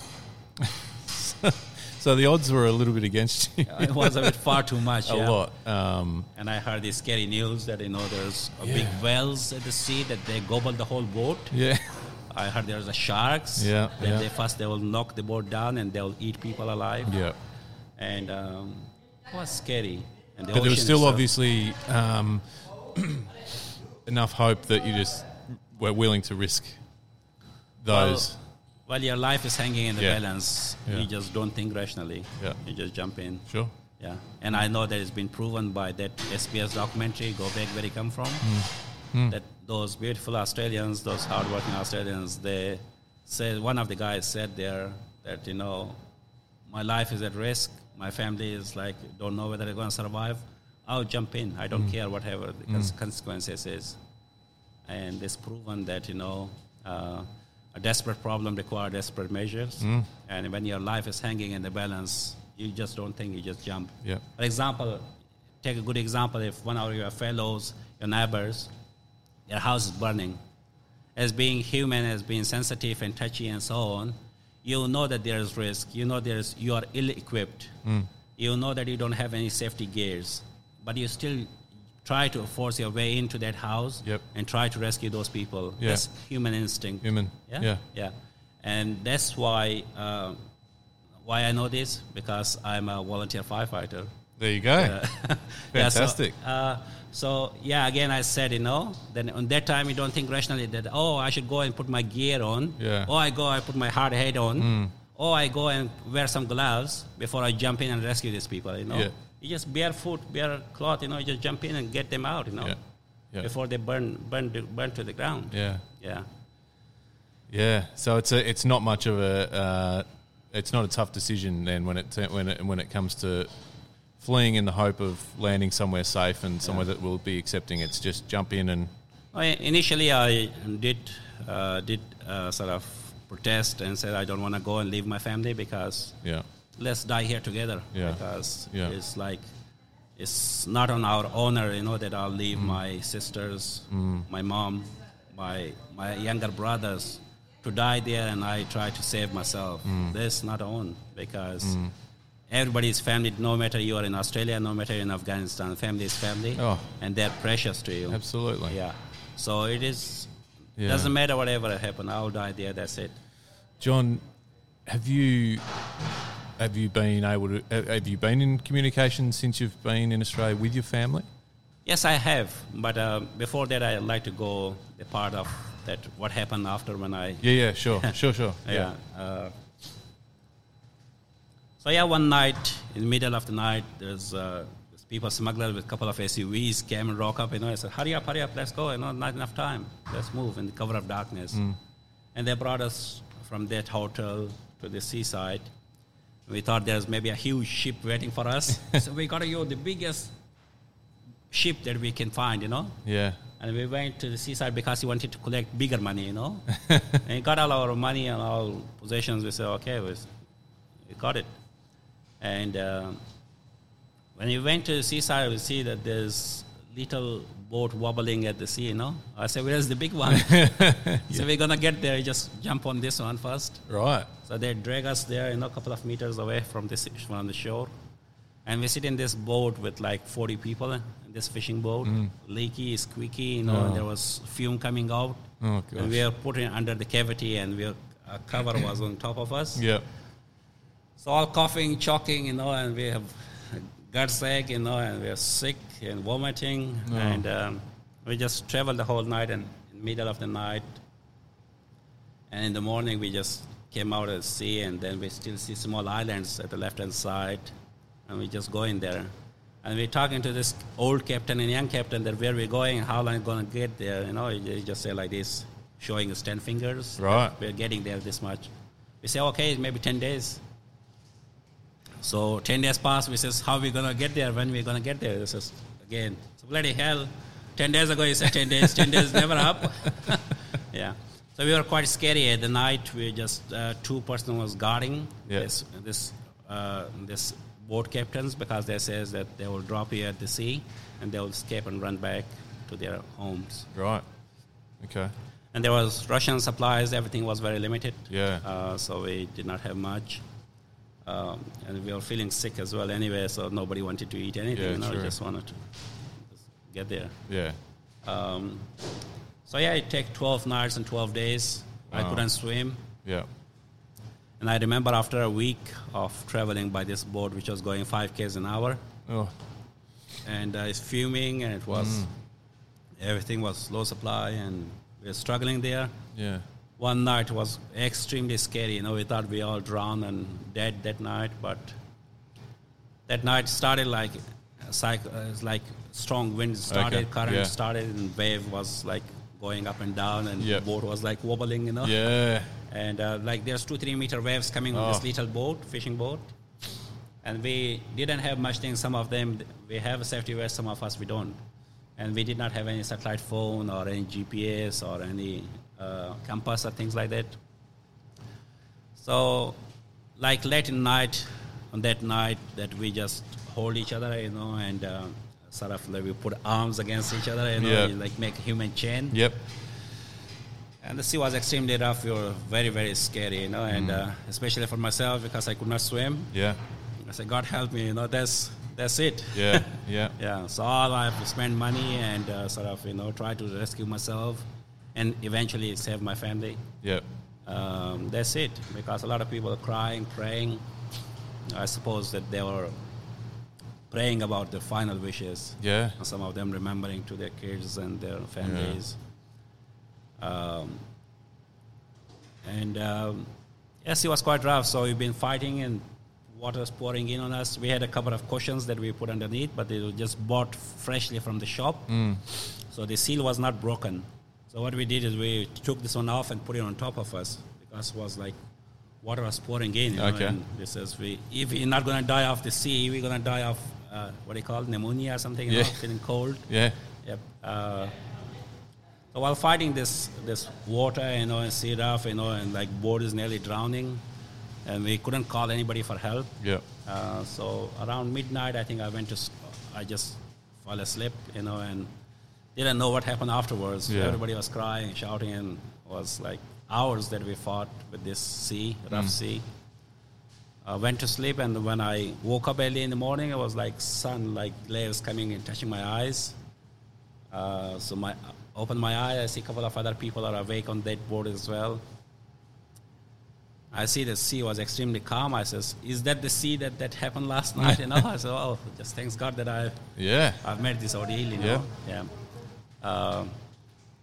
B: so the odds were a little bit against you
A: It was a bit far too much.
B: a
A: yeah.
B: lot um,
A: And I heard the scary news that you know there's a big whales at the sea that they gobble the whole boat.
B: yeah
A: I heard there's a sharks.
B: Yeah,
A: That
B: yeah.
A: they first they will knock the boat down and they'll eat people alive.
B: yeah
A: And um, it was scary. And the
B: but there was
A: ocean
B: still
A: itself-
B: obviously um, enough hope that you just were willing to risk those.
A: Well, well, your life is hanging in the
B: Yeah.
A: balance.
B: Yeah.
A: You just don't think rationally.
B: Yeah.
A: You just jump in.
B: sure.
A: Yeah, and I know that it's been proven by that SBS documentary, Go Back Where You Come From, that those beautiful Australians, those hardworking Australians, they said, one of the guys said there that, you know, my life is at risk, my family is like, don't know whether they're going to survive. I'll jump in. I don't care whatever the cons- consequences is. And it's proven that, you know, uh, a desperate problem requires desperate measures. And when your life is hanging in the balance, you just don't think, you just jump.
B: Yeah.
A: For example, take a good example. If one of your fellows, your neighbors, their house is burning, as being human, as being sensitive and touchy and so on, you know that there is risk. You know there is you are ill-equipped.
B: Hmm.
A: You know that you don't have any safety gears, but you still try to force your way into that house
B: Yep.
A: and try to rescue those people.
B: Yeah.
A: That's human instinct.
B: Human.
A: Yeah.
B: Yeah.
A: Yeah. And that's why uh, Why I know this? Because I'm a volunteer firefighter.
B: There you go.
A: Yeah, so,
B: Fantastic.
A: uh, so yeah, again, I said you know. Then on that time, you don't think rationally that oh, I should go and put my gear on.
B: Yeah. Hmm.
A: Oh, I go, I put my hard hat on. Oh, I go and wear some gloves before I jump in and rescue these people. You know.
B: Yeah.
A: You just barefoot, bare cloth. You know, you just jump in and get them out. You know.
B: Yeah. Yeah.
A: Before they burn, burn, to, burn to the ground.
B: yeah.
A: Yeah.
B: Yeah, so it's a, it's not much of a uh, it's not a tough decision then when it when it when it comes to fleeing in the hope of landing somewhere safe and somewhere that will be accepting. It's just jump in and
A: I, Oh, initially, I did uh, did uh, sort of protest and said I don't want to go and leave my family because
B: yeah
A: let's die here together
B: Yeah.
A: because
B: Yeah.
A: it's like it's not on our honor you know that i'll
B: Mm.
A: leave my sisters my mom my my younger brothers to die there and i try to save myself
B: Mm.
A: that's not on because everybody's family no matter you are in australia no matter in afghanistan family is family
B: Oh.
A: and they're precious to you
B: absolutely
A: yeah so it is
B: Yeah.
A: doesn't matter whatever happened i'll die there that's it
B: John, have you have you been able to have- have you been in communication since you've been in Australia with your family?
A: Yes, I have. But uh, before that, I'd like to go the part of that what happened after when I
B: Yeah, yeah, sure, sure, sure.
A: yeah. Uh, so yeah, one night in the middle of the night, there's uh, this people smuggler with a couple of SUVs came and rock up. You know, I said, "Hurry up, hurry up, let's go." You know, not enough time. Let's move in the cover of darkness. And they brought us from that hotel to the seaside. We thought there's maybe a huge ship waiting for us, so we got to go the biggest ship that we can find. You know,
B: yeah,
A: and we went to the seaside because he wanted to collect bigger money, you know. and he got all our money and all possessions. We said, okay, we, s- we got it. And um when we went to the seaside, we see that there's little boat wobbling at the sea, you know. I said, where's the big one? So we're going to get there. Just jump on this one first.
B: right.
A: So they drag us there, you know, a couple of meters away from the, se- from the shore. And we sit in this boat with like 40 people, in this fishing boat, leaky, squeaky, you know, and there was fume coming out.
B: Oh,
A: and we were put in under the cavity and we were, our cover was on top of us.
B: Yeah,
A: So all coughing, choking, you know, and we have guts ache, you know, and we are sick and vomiting, and um, we just travel the whole night and middle of the night, and in the morning we just came out of the sea, and then we still see small islands at the left hand side, and we just go in there, and we're talking to this old captain and young captain that where we're going, how long gonna get there, you know, he just say like this, showing his ten fingers,
B: Right.
A: We're getting there this much. We say okay, maybe ten days. So 10 days passed. We says, how we going to get there? When we going to get there? This is again, so bloody hell. 10 days ago, you said 10 days. 10 days never up. yeah. So we were quite scary. At the night, we just, uh, two person was guarding
B: Yeah.
A: this, this, uh, this boat captains because they says that they will drop you at the sea and they will escape and run back to their homes.
B: right. Okay.
A: And there was Russian supplies. Everything was very limited.
B: Yeah.
A: Uh, so we did not have much. Um, and we were feeling sick as well anyway, so nobody wanted to eat anything.
B: Yeah,
A: you know, we
B: sure.
A: just wanted to just get there.
B: Yeah.
A: Um, so yeah, it took 12 nights and 12 days. I
B: Wow.
A: couldn't swim.
B: Yeah.
A: And I remember after a week of traveling by this boat, which was going 5 Ks an hour,
B: Oh,
A: and uh, it's fuming, and it was
B: Mm.
A: everything was low supply, and we were struggling there.
B: yeah.
A: one night was extremely scary. You know, we thought we all drowned and dead that night, but that night started like a cyc- uh, it's like strong winds started,
B: Okay,
A: current
B: yeah.
A: started, and wave was like going up and down, and
B: Yeah.
A: the boat was like wobbling. You know,
B: Yeah.
A: and uh, like there's two three meter waves coming on
B: Oh.
A: this little boat, fishing boat. And we didn't have much things. Some of them we have a safety vest, some of us we don't. And we did not have any satellite phone or any GPS or any uh, compass or things like that. So, like late in night, on that night that we just hold each other, you know, and uh, sort of like we put arms against each other, you know,
B: Yeah.
A: you like make a human chain.
B: Yep.
A: And the sea was extremely rough. We were very, very scary, you know, and uh, especially for myself because I could not swim.
B: Yeah.
A: I said, God help me, you know, that's, that's it.
B: Yeah. Yeah.
A: Yeah, so all I have to spend money and uh, sort of, you know, try to rescue myself and eventually save my family.
B: Yep.
A: Um, that's it because a lot of people are crying, praying. I suppose that they were praying about their final wishes.
B: Yeah.
A: And some of them remembering to their kids and their families. Um, and um, yes, it was quite rough. So we've been fighting and water's pouring in on us. We had a couple of cushions that we put underneath, but they were just bought freshly from the shop.
B: Mm.
A: So the seal was not broken. So what we did is we took this one off and put it on top of us because it was like water was pouring in. You
B: Okay.
A: Know, and this is we if you're not gonna die off the sea, we're gonna die of uh, what do you call it, pneumonia or something. You
B: Yeah.
A: know, feeling cold.
B: Yeah.
A: Yep. Uh, so while fighting this this water, you know, and sea rough, you know, and like boat is nearly drowning, and we couldn't call anybody for help.
B: Yeah.
A: Uh, so around midnight, I think I went to, s- I just fell asleep, you know, and didn't know what happened afterwards.
B: Yeah.
A: Everybody was crying, shouting, and was like hours that we fought with this sea, rough sea. I went to sleep, and when I woke up early in the morning, it was like sun, like layers coming and touching my eyes. Uh, so my open my eyes, I see a couple of other people are awake on that board as well. I see the sea was extremely calm. I says, "Is that the sea that that happened last night?" You know, I said, "Oh, just thanks God that I
B: Yeah.
A: I've met this ordeal." You
B: Yeah.
A: know, yeah. Um,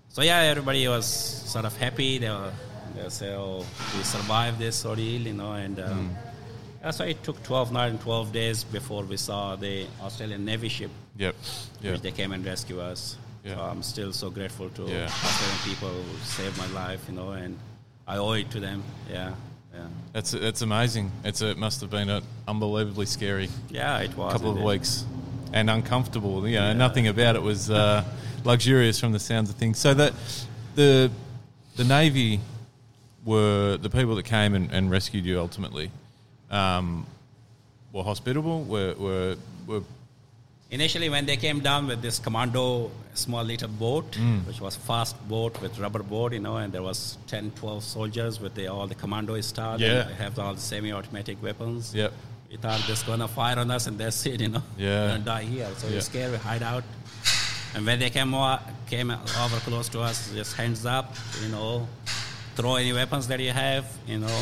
A: so yeah, everybody was sort of happy. They were they say, "Oh, we survived this ordeal," you know, and um,
B: Mm.
A: that's why it took 12 nights and 12 days before we saw the Australian Navy ship,
B: Yep. Yeah.
A: which they came and rescued us.
B: Yeah.
A: So I'm still so grateful to
B: Yeah.
A: Australian people who saved my life, you know, and I owe it to them. Yeah, yeah.
B: That's that's amazing. It's a, it must have been a unbelievably scary
A: Yeah, it was.
B: couple of
A: indeed.
B: weeks and uncomfortable. You know, nothing about it was uh, luxurious from the sounds of things. So that the the navy were the people that came and, and rescued you ultimately um, were hospitable. Were were, were
A: Initially, when they came down with this commando small little boat, which was fast boat with rubber board, you know, and there was 10, 12 soldiers with the, all the commando stuff.
B: Yeah.
A: They have all the semi-automatic weapons.
B: yep.
A: We thought they're going to fire on us and that's it, you know.
B: Yeah.
A: We're gonna die here. So
B: Yeah.
A: we're scared, we hide out. And when they came, o- came over close to us, just hands up, you know, throw any weapons that you have, you know,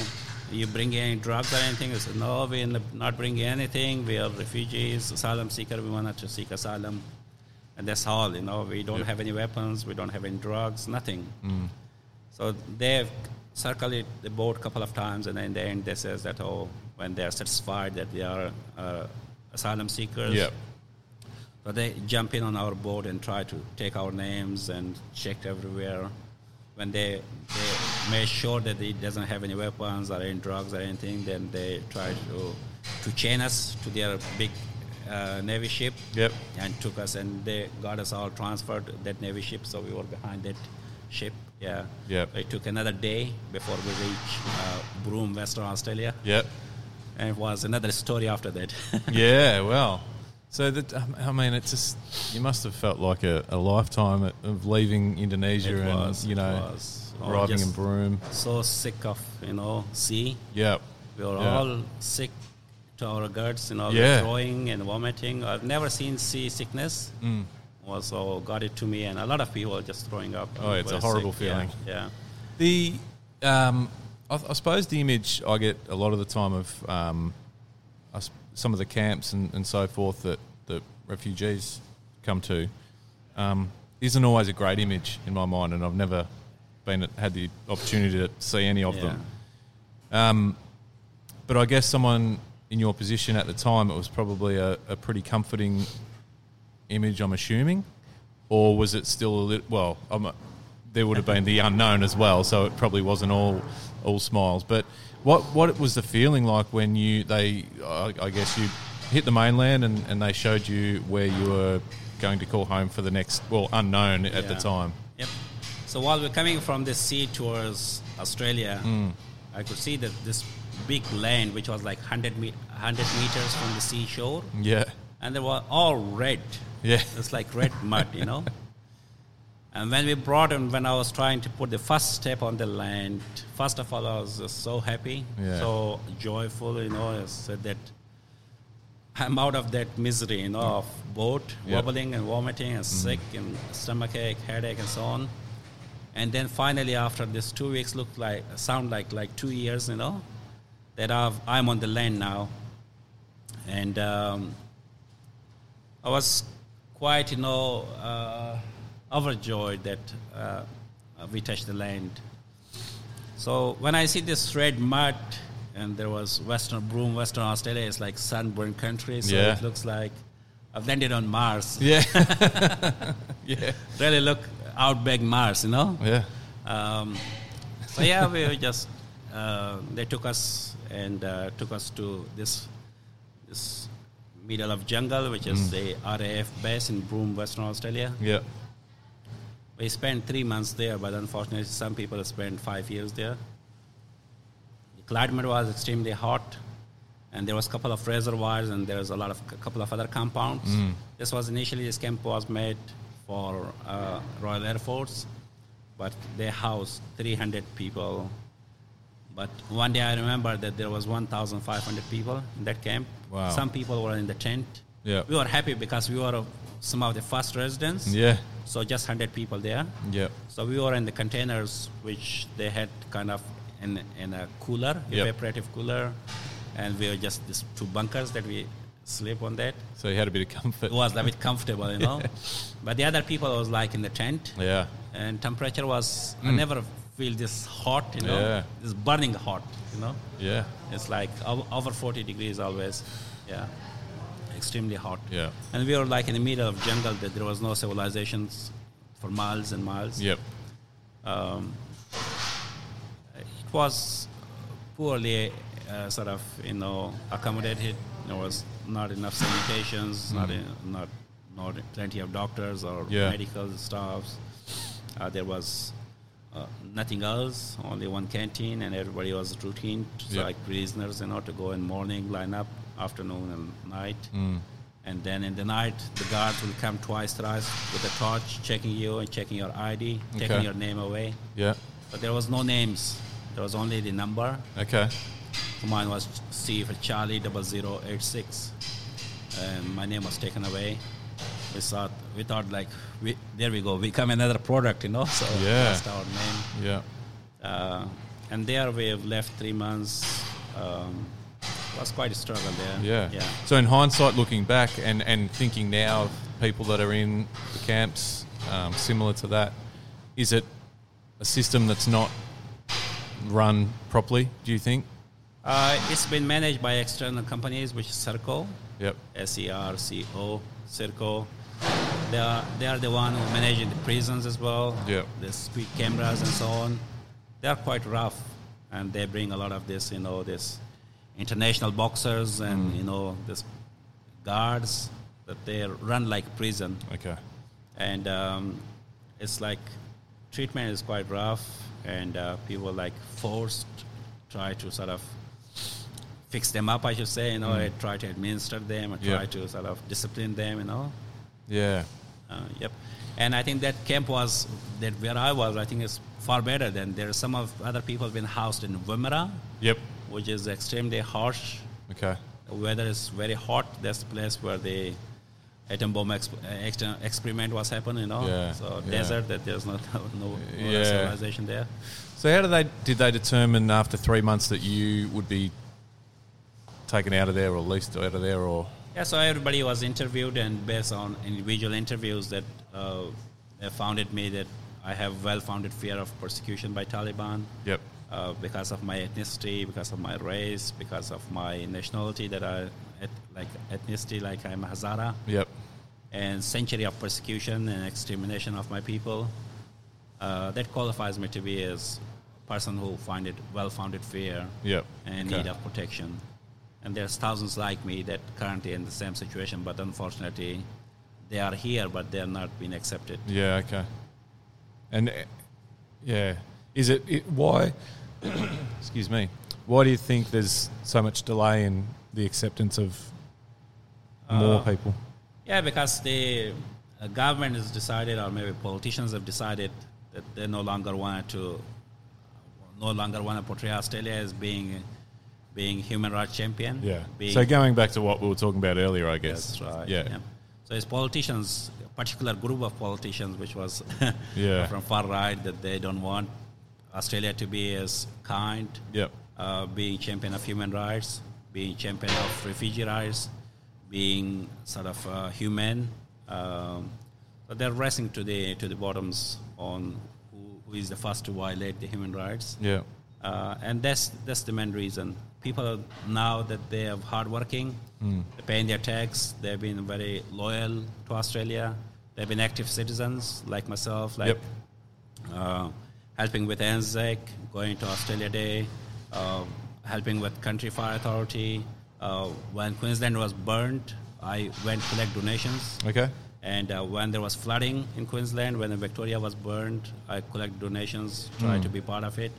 A: you bring any drugs or anything. I said, no, we're n- not bringing anything. We are refugees, asylum seeker. We wanted to seek asylum. And that's all, you know. We don't have any weapons. We don't have any drugs, nothing. So they've circled it, the boat a couple of times, and then in the end they says that oh, when they are satisfied that they are uh, asylum seekers,
B: Yep.
A: so they jump in on our boat and try to take our names and checked everywhere. When they, they made sure that it doesn't have any weapons or any drugs or anything, then they tried to to chain us to their big uh, navy ship
B: Yep.
A: and took us and they got us all transferred to that navy ship so we were behind that ship yeah
B: Yep.
A: it took another day before we reached uh, broome western australia
B: Yep.
A: and it was another story after that
B: Yeah, well, so that um, I mean, it's just you must have felt like a, a lifetime of- of leaving Indonesia
A: It
B: and
A: was,
B: you
A: it
B: know
A: was. Oh, I was
B: arriving in
A: just-
B: Broome.
A: so sick of you know sea
B: Yep.
A: we were
B: Yeah.
A: all sick to our guts you know
B: Yeah.
A: we were throwing and vomiting i've never seen sea sickness
B: Mm.
A: also got it to me and a lot of people just throwing up
B: Oh, it's a
A: Very
B: horrible
A: sick, yeah,
B: feeling.
A: yeah.
B: The, um, I, I suppose the image I get a lot of the time of um, us, some of the camps and, and so forth that that refugees come to, um, isn't always a great image in my mind, and I've never been had the opportunity to see any of
A: yeah.
B: them. But I guess someone in your position at the time, it was probably a, a pretty comforting image, I'm assuming, or was it still a little? Well, I'm, there would have been the unknown as well, so it probably wasn't all all smiles. But what what was the feeling like when you they? I, I guess you hit the mainland and, and they showed you where you were going to call home for the next well unknown at the
A: Yeah.
B: time.
A: Yep. So while we're coming from the sea towards Australia,
B: Mm.
A: I could see that this big land, which was like 100, me- 100 meters from the seashore,
B: Yeah,
A: and they were all red.
B: Yeah.
A: It's like red mud, you know? And when we brought him, when I was trying to put the first step on the land, first of all, I was just so happy,
B: Yeah.
A: so joyful, you know, I said that I'm out of that misery, you know, of boat
B: Yeah.
A: wobbling and vomiting
B: Mm.
A: and sick and stomach ache, headache, and so on. And then finally, after this two weeks, looked like sound like like two years, you know, that I've, I'm on the land now, and um, I was quite, you know, uh, overjoyed that uh, we touched the land. So when I see this red mud, and there was Western Broome, Western Australia is like sunburned country, so
B: Yeah.
A: it looks like I've landed on Mars.
B: Yeah. yeah.
A: Really look outback Mars, you know.
B: Yeah.
A: Um, so yeah, we were just uh, they took us and uh, took us to this this middle of jungle, which is the RAF base in Broome, Western Australia.
B: Yeah.
A: We spent three months there, but unfortunately, some people spent five years there. The climate was extremely hot, and there was a couple of reservoirs, and there was a lot of a couple of other compounds.
B: Mm.
A: This was initially this camp was made for uh, Royal Air Force, but they housed 300 people. But one day I remember that there was 1,500 people in that camp.
B: Wow.
A: Some people were in the tent.
B: Yeah.
A: We were happy because we were uh, some of the first residents.
B: Yeah.
A: So just 100 people there.
B: Yeah.
A: So we were in the containers, which they had kind of in, in a cooler,
B: Yep.
A: evaporative cooler. And we were just these two bunkers that we sleep on that.
B: So you had a bit of comfort.
A: It was a bit comfortable, you know. But the other people was like in the tent.
B: Yeah.
A: And temperature was, I never feel this hot, you know.
B: Hmm. Yeah.
A: This burning hot, you know.
B: Yeah.
A: It's like o- over 40 degrees always. Yeah. Extremely hot.
B: Yeah.
A: And we were like in the middle of jungle that there was no civilizations for miles and miles.
B: Yep.
A: It was poorly uh, sort of, you know, accommodated. There was not enough sanitations, not, en- not, not plenty of doctors or
B: Mm-hmm. Yeah.
A: medical staffs. Uh, there was uh, nothing else, only one canteen, and everybody was routine, so
B: Yeah.
A: like prisoners, you know, to go in morning, line up, afternoon and night.
B: Mm.
A: And then in the night, the guards will come twice, thrice with a torch, checking you and checking your ID, taking
B: Okay.
A: your name away.
B: Yeah.
A: But there was no names. There was only the number.
B: Okay.
A: So mine was C for Charlie 0086. And my name was taken away. We thought, we thought like, we, there we go. We come another product, you know. So
B: Yeah.
A: that's our name.
B: Yeah.
A: Uh, and there we have left three months. Um, it was quite a struggle there.
B: Yeah.
A: Yeah.
B: So in hindsight, looking back and, and thinking now of people that are in the camps um, similar to that, is it a system that's not run properly? Do you think?
A: Uh, it's been managed by external companies, which is Serco,
B: Yep.
A: S E R C O, Serco. They are they are the one who managing the prisons as well.
B: Yeah.
A: The speed cameras and so on. They are quite rough, and they bring a lot of this, you know, this international boxers and you know this guards that they run like prison.
B: Okay.
A: and um, it's like treatment is quite rough and uh, people like forced try to sort of fix them up i should say you know and try to administer them and
B: Yeah.
A: try to sort of discipline them you know
B: Yeah.
A: uh, yep and i think that camp was that where i was i think is far better than there are some of other people been housed in Wimmera,
B: Yep.
A: which is extremely harsh
B: Okay.
A: weather is very hot. That's the place where the atom bomb exp- uh, ex- experiment was happening. You know,
B: Yeah,
A: so
B: yeah.
A: desert that there's not no, no
B: Yeah.
A: civilization there.
B: So how did they did they determine after three months that you would be taken out of there or leased out of there or
A: Yeah, so everybody was interviewed, and based on individual interviews, that uh, they founded me that I have well-founded fear of persecution by Taliban.
B: yep
A: uh, because of my ethnicity, because of my race, because of my nationality, that I et- like ethnicity, like I'm Hazara,
B: yep
A: and century of persecution and extermination of my people. Uh, that qualifies me to be as a person who find it well-founded fear
B: Yep.
A: and
B: Okay.
A: need of protection. And there's thousands like me that currently in the same situation, but unfortunately, they are here, but they are not being accepted.
B: yeah okay and eh, yeah is it, it why excuse me why do you think there's so much delay in the acceptance of
A: Ah.
B: more people
A: Yeah, because the uh, government has decided, or maybe politicians have decided, that they no longer want to, no longer want to portray Australia as being, being human rights champion.
B: yeah
A: Being
B: so going back to what we were talking about earlier I guess
A: That's right.
B: yeah yeah,
A: So it's politicians, a particular group of politicians, which was
B: Yeah.
A: from far right, that they don't want Australia to be as kind,
B: Yep.
A: uh, being champion of human rights. being champion of refugee rights, being sort of uh, human. Um, but they're racing to the to the bottoms on who, who is the first to violate the human rights.
B: Yeah.
A: Uh, and that's that's the main reason. People now that they are hardworking,
B: Hmm.
A: they're paying their tax, they've been very loyal to Australia. They've been active citizens like myself, like
B: Yep.
A: uh, helping with ANZAC, going to Australia Day, uh, helping with Country Fire Authority. Uh, when Queensland was burnt, I went to collect donations.
B: Okay.
A: And uh, when there was flooding in Queensland, when Victoria was burned, I collect donations, try
B: Hmm.
A: to be part of it.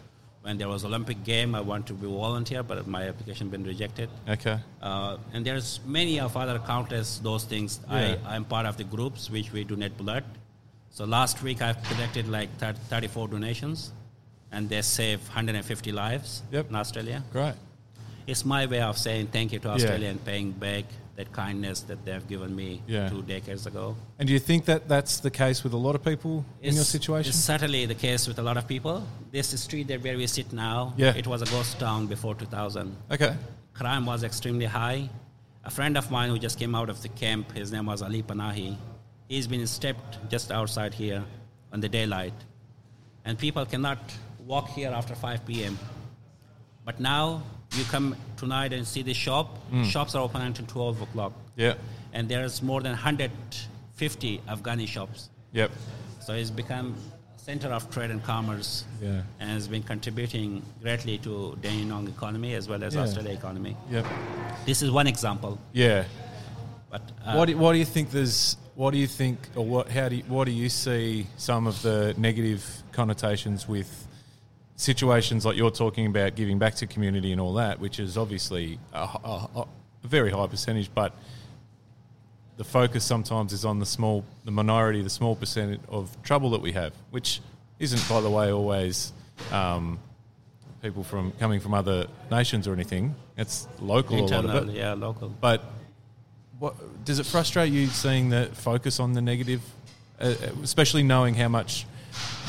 A: When there was Olympic game, I want to be volunteer, but my application been rejected.
B: Okay.
A: Uh, and there's many of other countless those things.
B: Yeah.
A: I, I'm part of the groups which we donate blood. So last week I've collected like thir- 34 donations, and they save 150 lives
B: Yep.
A: in Australia.
B: Great.
A: It's my way of saying thank you to Australia and paying back that kindness that they've given me
B: Yeah.
A: two decades ago.
B: And do you think that that's the case with a lot of people in your situation?
A: It's certainly the case with a lot of people. This street that where we sit now,
B: Yeah.
A: it was a ghost town before 2000.
B: Okay.
A: Crime was extremely high. A friend of mine who just came out of the camp, his name was Ali Panahi, he's been stepped just outside here on the daylight. And people cannot walk here after 5 p.m. But now you come tonight and see the shop.
B: Hmm.
A: Shops are open until 12 o'clock.
B: Yeah.
A: And there's more than 150 Afghani shops.
B: Yep.
A: So it's become center of trade and commerce,
B: Yeah.
A: and has been contributing greatly to Dandenong economy as well as
B: Yeah.
A: Australia economy.
B: Yep.
A: This is one example,
B: Yeah.
A: but uh,
B: what do, what do you think there's what do you think or what how do you, what do you see some of the negative connotations with situations like you're talking about giving back to community and all that which is obviously a, h- a h- a very high percentage but the focus sometimes is on the small the minority the small percent of trouble that we have which isn't by the way always um, people from coming from other nations or anything it's local a lot of it
A: internal, yeah, local.
B: but what, does it frustrate you seeing the focus on the negative, uh, especially knowing how much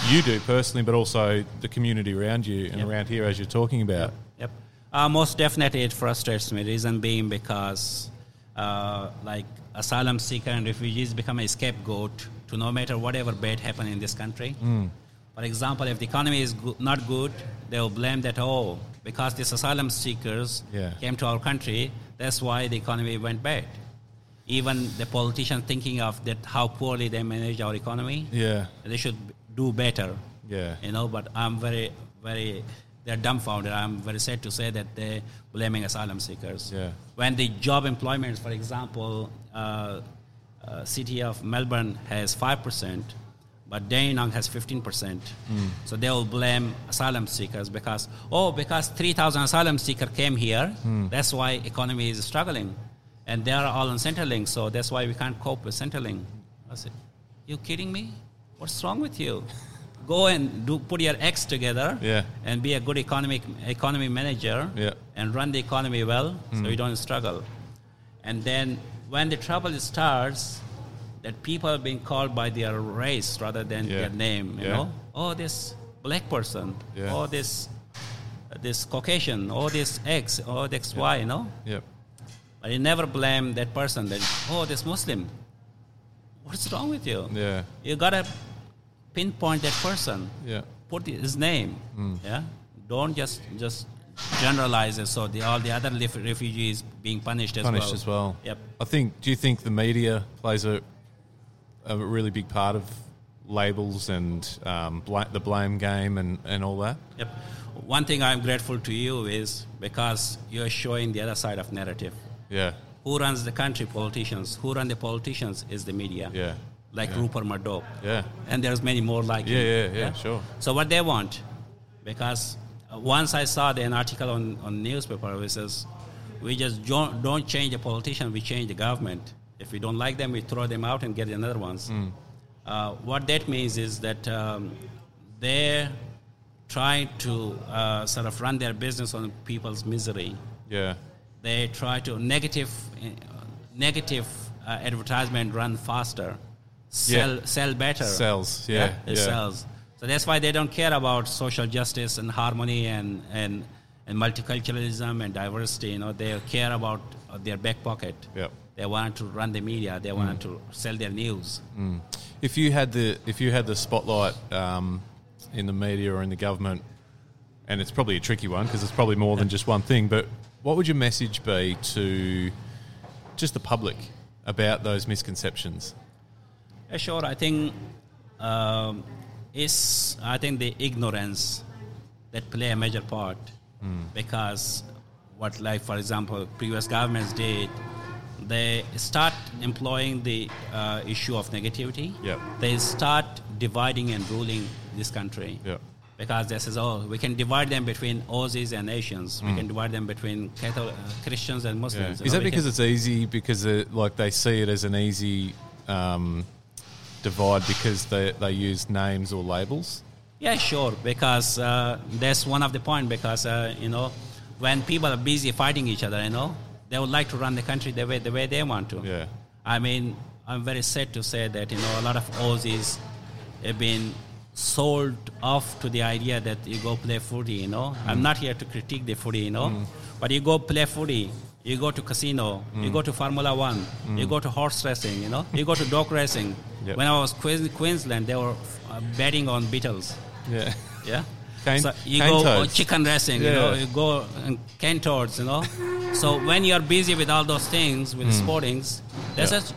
B: you do personally, but also the community around you and
A: Yep.
B: around here as you're talking about?
A: Yep. Uh, most definitely, it frustrates me. Reason being because, uh, like, asylum seeker and refugees become a scapegoat to no matter whatever bad happen in this country. For example, if the economy is go- not good, they will blame that oh because these asylum seekers
B: Yeah.
A: came to our country, that's why the economy went bad. Even the politician thinking of that how poorly they manage our economy,
B: Yeah,
A: they should do better
B: yeah,
A: you know but i'm very very they're dumbfounded i'm very sad to say that they're blaming asylum seekers
B: Yeah.
A: when the job employment for example uh, uh, city of melbourne has 5% but Dandenong has 15%. So they will blame asylum seekers because, oh, because 3,000 asylum seekers came here, that's why economy is struggling. And they are all on Centrelink, so that's why we can't cope with Centrelink. I said, you kidding me? What's wrong with you? Go and do, put your acts together
B: Yeah.
A: and be a good economic, economy manager
B: Yeah. Hmm.
A: and run the economy well so you don't struggle. And then when the trouble starts, that people are being called by their race rather than
B: Yeah.
A: their name, you
B: Yeah.
A: know? Oh, this black person,
B: Yeah.
A: oh, this, uh, this Caucasian, oh, this X, oh, this Y, you know?
B: yep,
A: But you never blame that person that, oh, this Muslim. What's wrong with you?
B: yeah,
A: You gotta pinpoint that person
B: yeah,
A: put his name.
B: Hmm.
A: Yeah, don't just just generalize it. So the, all the other lef- refugees being punished as
B: punished
A: well.
B: as well.
A: Yep.
B: I think. Do you think the media plays a a really big part of labels and um, bla- the blame game and, and all that?
A: Yep. One thing I'm grateful to you is because you're showing the other side of narrative.
B: Yeah,
A: Who runs the country? Politicians. Who run the politicians is the media.
B: yeah,
A: Like
B: Yeah.
A: Rupert Murdoch.
B: yeah,
A: And there's many more like
B: yeah,
A: him.
B: yeah, yeah. Sure.
A: So what they want, because uh, once I saw the- an article on, on newspaper which says, we just jo- don't change the politician, we change the government. If we don't like them, we throw them out and get another ones. Uh, what that means is that um, they're trying to uh, sort of run their business on people's misery
B: Yeah.
A: they try to negative uh, negative uh, advertisement run faster sell sell better
B: Sells, yeah,
A: it
B: yeah.
A: sells so that's why they don't care about social justice and harmony and and and multiculturalism and diversity. You know, they care about uh, their back pocket.
C: Yep.
A: They want to run the media. They
B: Mm.
A: want to sell their news.
B: If you had the if you had the spotlight um, in the media or in the government, and it's probably a tricky one because it's probably more than just one thing. But what would your message be to just the public about those misconceptions?
A: Yeah, sure. I think um, it's I think the ignorance that play a major part
B: Hmm.
A: because what like for example previous governments did they start employing the uh, issue of negativity.
B: Yep.
A: They start dividing and ruling this country.
B: Yep.
A: Because they says, oh, we can divide them between Aussies and Asians. We can divide them between Catholic, uh, Christians and Muslims. You
B: Hmm. Is
A: know,
B: that
A: we can-
B: because it's easy? Because it, like they see it as an easy um, divide because they they use names or labels.
A: Yeah, sure. Because uh, that's one of the point. Because uh, you know, when people are busy fighting each other, you know, they would like to run the country the way the way they want to.
B: Yeah.
A: I mean, I'm very sad to say that you know a lot of Aussies have been sold off to the idea that you go play footy. You know, I'm not here to critique the footy. You know, but you go play footy. You go to casino. You go to Formula One. You go to horse racing. You know, you go to dog racing.
B: Yep.
A: When I was Queens- Queensland, they were uh, betting on beetles.
B: Yeah.
A: Yeah.
B: Cane-
A: so you
B: cane
A: go
B: toads.
A: chicken racing, you know,
B: Yeah.
A: you go and cane toads, you know. so when you're busy with all those things, with sportings, that's
B: Hmm. Yeah.
A: just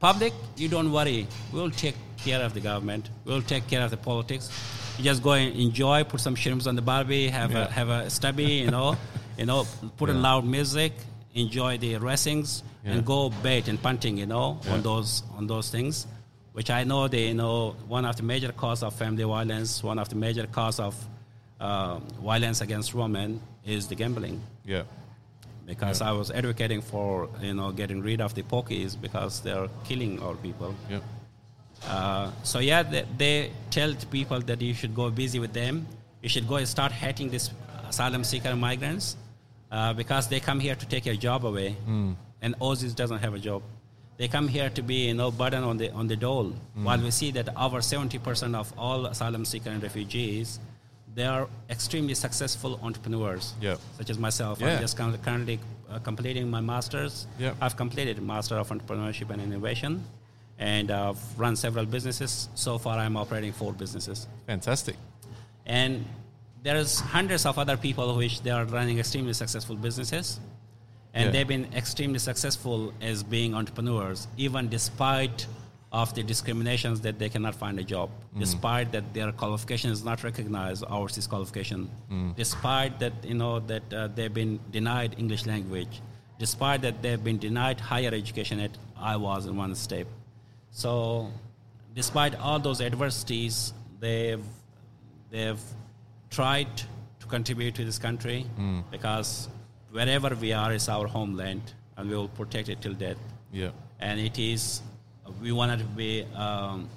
A: public, you don't worry. We'll take care of the government. We'll take care of the politics. You just go and enjoy, put some shrimps on the barbie, have a
B: Yeah.
A: have a stubby, you know, you know, put in loud music, enjoy the racings
B: Yeah.
A: and go bait and punting, you know, on those on those things, which I know they you know one of the major cause of family violence, one of the major cause of uh, violence against women is the gambling.
B: Yeah.
A: Because I was advocating for you know getting rid of the pokies because they're killing our people.
B: Yeah.
A: Uh, so yeah, they, they tell the people that you should go busy with them. You should go and start hating these asylum seeker migrants uh, because they come here to take your job away,
B: Hmm.
A: and Aussies doesn't have a job. They come here to be you know burden on the on the dole.
B: Hmm.
A: While we see that over seventy percent of all asylum seeker and refugees, they are extremely successful entrepreneurs,
B: Yeah.
A: such as myself.
B: Yeah.
A: I'm just cur- currently uh, completing my master's.
B: Yeah.
A: I've completed Master of Entrepreneurship and Innovation, and I've run several businesses. So far, I'm operating four businesses,
B: Fantastic.
A: and there's hundreds of other people which they are running extremely successful businesses, and
B: Yeah.
A: they've been extremely successful as being entrepreneurs, even despite of the discriminations that they cannot find a job, despite that their qualification is not recognized, overseas qualification, despite that you know that uh, they've been denied English language, despite that they've been denied higher education at I was in one step. So, despite all those adversities, they've they've tried to contribute to this country
B: Hmm.
A: because wherever we are is our homeland, and we will protect it till death
B: Yeah.
A: and it is we want to be um,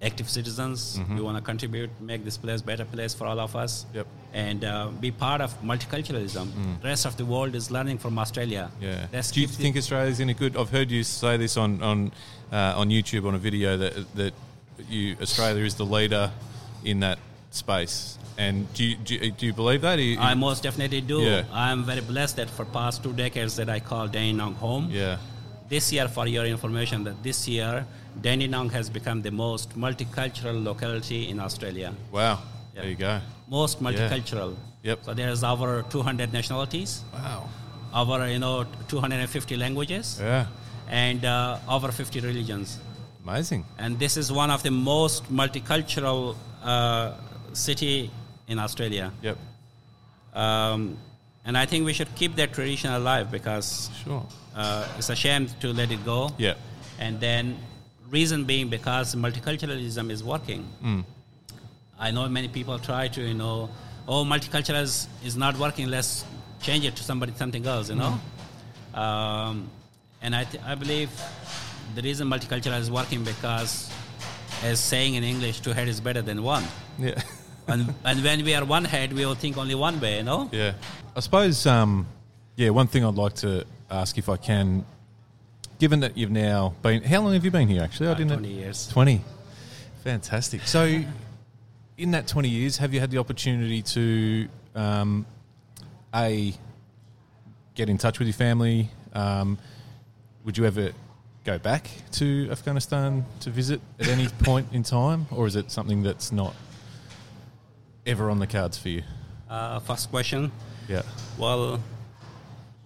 A: active citizens. We want to contribute, make this place better place for all of us,
B: Mm-hmm. Yep. Hmm.
A: and uh, be part of multiculturalism. The rest of the world is learning from Australia.
B: Yeah.
A: Let's
B: Do you
A: keep the-
B: think Australia's in a good? I've heard you say this on on uh, on YouTube on a video that that you Australia is the leader in that space. And do you do you, do you believe that? Are you-
A: I most definitely do.
B: Yeah.
A: I'm very blessed that for past two decades that I call Dandenong home.
B: yeah.
A: This year, for your information, that this year Dandenong has become the most multicultural locality in Australia.
B: Wow.
A: Yeah.
B: There you go.
A: Most multicultural.
B: Yep.
A: So there's over 200 nationalities.
B: Wow.
A: over you know 250 languages
B: Yeah.
A: and uh, over 50 religions
B: Amazing.
A: and this is one of the most multicultural uh, city in australia
B: Yep.
A: um, and i think we should keep that tradition alive because
B: Sure.
A: uh, it's a shame to let it go
B: Yeah.
A: and then reason being because multiculturalism is working
B: Hmm.
A: i know many people try to you know oh multiculturalism is, is not working let's change it to somebody something else you know
B: Hmm.
A: um, and I, th- I believe the reason multiculturalism is working because as saying in english two head is better than one
B: Yeah.
A: and, and when we are one head we will think only one way you know
B: Yeah. I suppose, um, yeah, one thing I'd like to ask if I can, given that you've now been, how long have you been here actually? I
A: Uh,
B: didn't.
A: 20 years.
B: 20. Fantastic. So, in that 20 years, have you had the opportunity to um, a get in touch with your family? Um, would you ever go back to Afghanistan to visit at any point in time, or is it something that's not ever on the cards for you?
A: Uh, first question.
B: Yeah,
A: Well,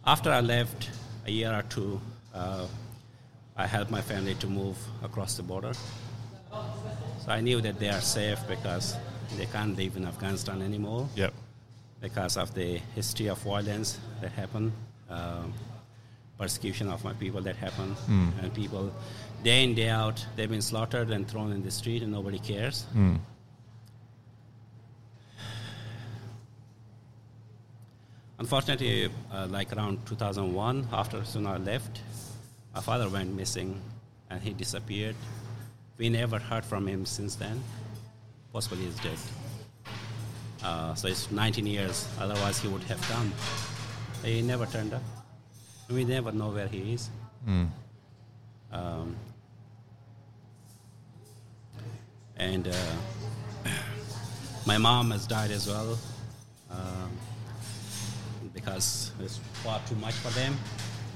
A: after I left a year or two, uh, I helped my family to move across the border. So I knew that they are safe because they can't live in Afghanistan anymore
B: yeah,
A: because of the history of violence that happened, um, persecution of my people that happened, and people day in day out they've been slaughtered and thrown in the street and nobody cares. Unfortunately, uh, like around 2001, after soon I left, my father went missing and he disappeared. We never heard from him since then. Possibly he's dead. Uh, so it's 19 years. Otherwise, he would have come. He never turned up. We never know where he is. Um, and uh, my mom has died as well um, because it's far too much for them.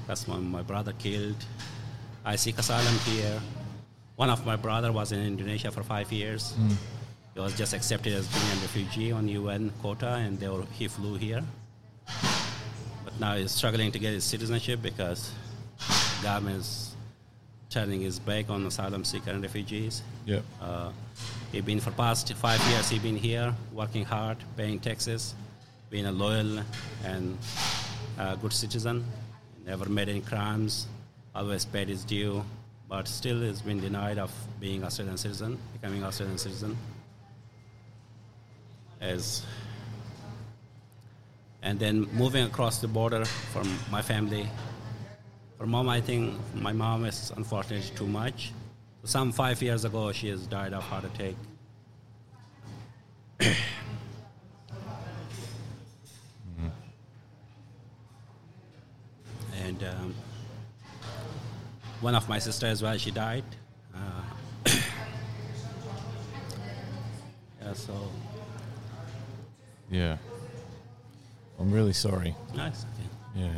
A: That's when my brother killed. I seek asylum here. One of my brother was in Indonesia for five years. He was just accepted as being a refugee on UN quota, and they were, he flew here. But now he's struggling to get his citizenship because government is turning his back on asylum seeker and refugees.
B: yeah,
A: Uh, he's been for past five years. He's been here working hard, paying taxes, being a loyal and uh, good citizen. Never made any crimes, always paid his due, but still has been denied of being Australian citizen, becoming Australian citizen. As and then moving across the border from my family. For mom, I think my mom is unfortunately too much. Some five years ago, she has died of heart attack. And um, one of my sister as well, she died. Uh, yeah, so
B: yeah. I'm really sorry.
A: nice. Yeah.
B: Yeah,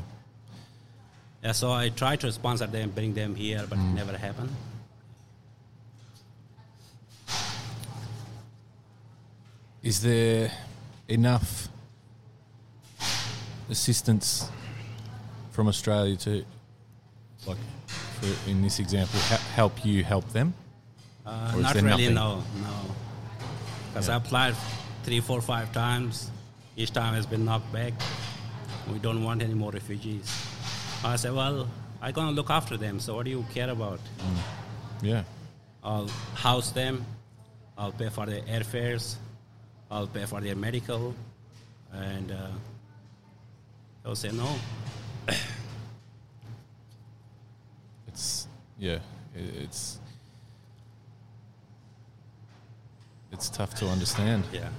A: Yeah, so I tried to sponsor them, bring them here, but it never happened.
B: is there enough assistance from Australia to, like, for, in this example, he- help you help them?
A: Uh,
B: Or is
A: not
B: there
A: really,
B: nothing?
A: no, no. Because I applied three, four, five times. Each time has been knocked back. We don't want any more refugees. I said, well, I'm going to look after them, so what do you care about?
B: Yeah,
A: I'll house them. I'll pay for their airfares. I'll pay for their medical. And uh, they'll say no.
B: it's yeah, it- it's it's tough to understand.
A: Yeah.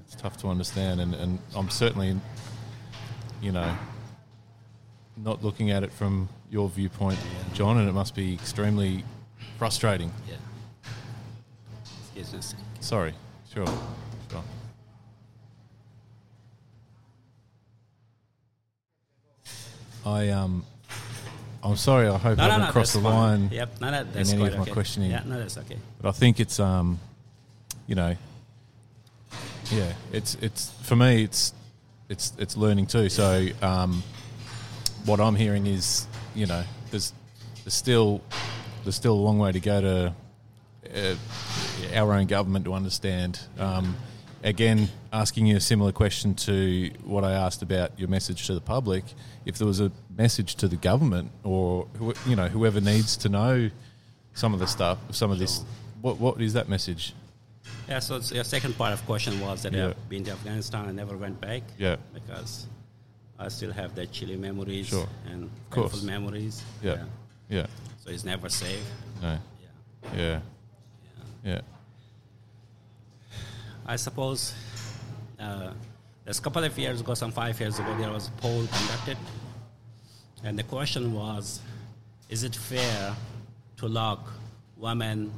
B: It's tough to understand, and, and I'm certainly, you know, not looking at it from your viewpoint, John, and it must be extremely frustrating.
A: Yeah. Excuse me. a sec.
B: Sorry, sure, sure. I um, I'm sorry. I hope I haven't crossed the
A: that's fine.
B: line.
A: Yep, no, that, that's
B: any
A: quite
B: of my
A: okay.
B: questioning.
A: Yeah, no, that's okay.
B: But I think it's um, you know, yeah, it's it's for me it's it's it's learning too. So um, what I'm hearing is you know there's there's still there's still a long way to go to uh, our own government to understand. Um, again, asking you a similar question to what I asked about your message to the public. If there was a message to the government or who, you know whoever needs to know some of the stuff, some of this, what what is that message?
A: Yeah, so the second part of question was that
B: Yeah.
A: I've been to Afghanistan and never went back.
B: Yeah.
A: Because I still have that chilly memories
B: Sure.
A: and
B: course.
A: painful memories.
B: Yeah, yeah,
A: So it's never safe.
B: no,
A: Yeah.
B: yeah, yeah,
A: I suppose uh, there's a couple of years ago, some five years ago, there was a poll conducted, and the question was, is it fair to lock women,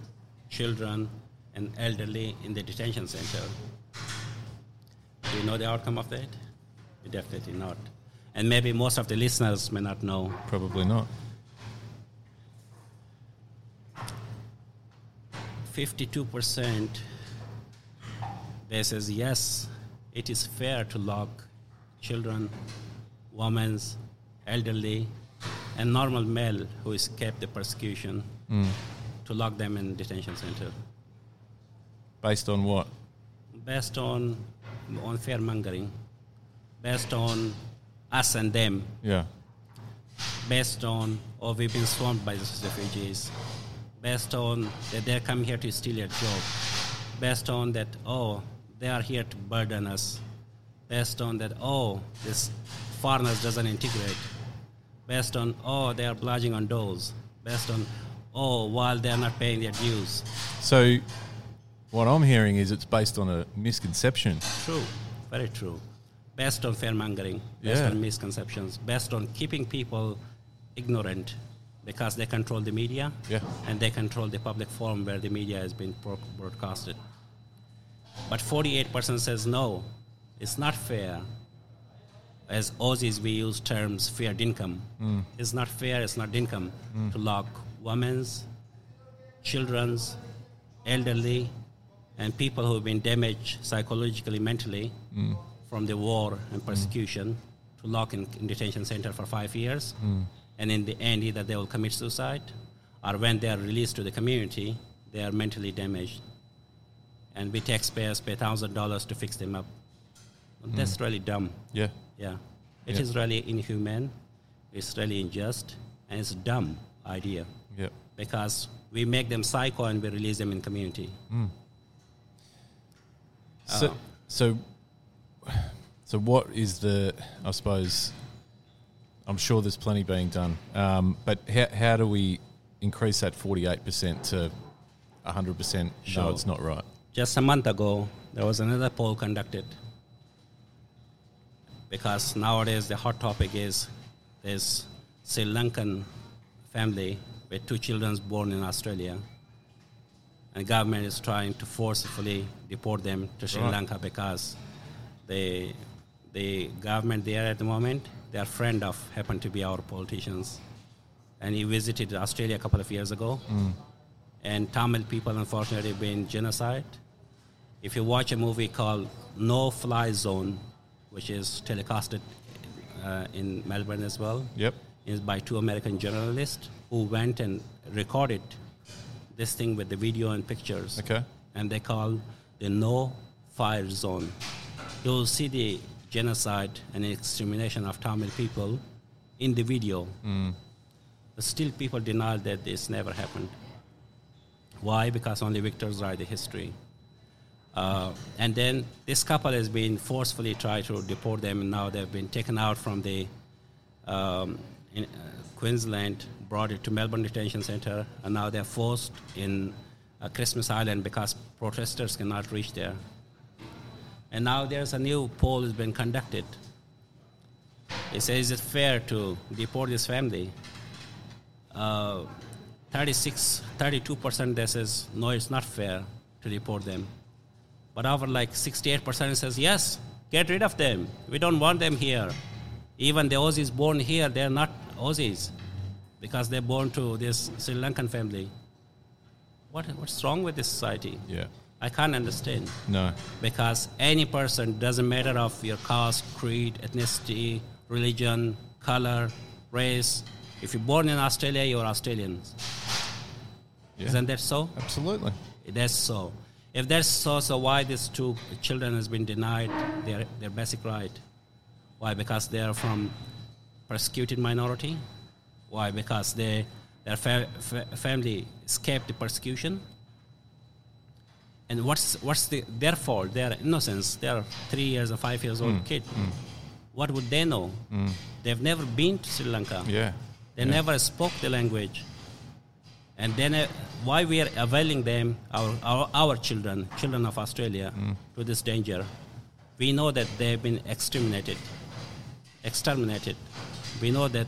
A: children, and elderly in the detention center? Do you know the outcome of that? definitely not. And maybe most of the listeners may not know.
D: Probably not.
A: 52% they says yes, it is fair to lock children, women, elderly, and normal male who escaped the persecution to lock them in detention center
D: Based on what?
A: based on on fair mongering, based on us and them,
D: Yeah.
A: based on or we've been swarmed by these refugees, based on that they come here to steal your job, based on that oh they are here to burden us, based on that oh this foreigners doesn't integrate, based on oh they are bludging on doors, based on oh while they are not paying their dues.
D: So, what I'm hearing is it's based on a misconception.
A: True, very true. Based on fear mongering, based
D: Yeah.
A: on misconceptions, based on keeping people ignorant because they control the media
D: Yeah.
A: and they control the public forum where the media has been pro- broadcasted. But 48% says no, it's not fair. As Aussies, we use terms fair income.
D: Hmm.
A: It's not fair, it's not income to lock women's, children's, elderly, and people who've been damaged psychologically, mentally from the war and persecution to lock in, in detention center for five years. And in the end, either they will commit suicide or when they are released to the community, they are mentally damaged. And we taxpayers pay $1,000 to fix them up. That's really dumb.
D: Yeah.
A: Yeah. it is
D: Yeah.
A: really inhuman. It's really unjust. And it's dumb idea
D: Yeah.
A: because we make them psycho and we release them in community.
D: So, so, so what is the? I suppose. I'm sure there's plenty being done, um, but how, how do we increase that 48% to 100%? No,
A: Sure.
D: it's not right.
A: Just a month ago, there was another poll conducted because nowadays the hot topic is this Sri Lankan family with two children born in Australia, and government is trying to forcefully deport them to Sri
D: Right.
A: Lanka because the the government there at the moment, their friend of happen to be our politicians, and he visited Australia a couple of years ago, and Tamil people unfortunately have been genocide if you watch a movie called No Fly Zone, which is telecasted uh, in Melbourne as well,
D: Yep.
A: is by two American journalists who went and recorded this thing with the video and pictures.
D: Okay.
A: And they call the No Fire Zone. You'll see the genocide and extermination of Tamil people in the video. But still, people deny that this never happened. Why? Because only victors write the history. Uh, and then this couple has been forcefully tried to deport them, and now they've been taken out from the um, in, uh, Queensland, brought it to Melbourne Detention Centre, and now they're forced in uh, Christmas Island because protesters cannot reach there. And now there's a new poll has been conducted. It says, is it fair to deport this family? Uh, 36, 32% they says, no, it's not fair to deport them. But over like 68% says, yes, get rid of them. We don't want them here. Even the Aussies born here, they're not Aussies because they're born to this Sri Lankan family. What, what's wrong with this society?
D: Yeah.
A: I can't understand
D: No.
A: because any person doesn't matter of your caste, creed, ethnicity, religion, color, race. If you're born in Australia, you're Australian.
D: Yeah.
A: Isn't that so?
D: Absolutely.
A: That's so. If that's so, so why these two children has been denied their, their basic right? Why? Because they are from persecuted minority. Why? Because they their fa- fa- family escaped the persecution. And what's what's the, their fault? Their innocence. They are three years or five years old kid. What would they know? They've never been to Sri Lanka.
D: Yeah.
A: They never spoke the language. And then uh, why we are availing them, our, our, our children, children of Australia,
D: Mm.
A: to this danger? We know that they've been exterminated, exterminated. We know that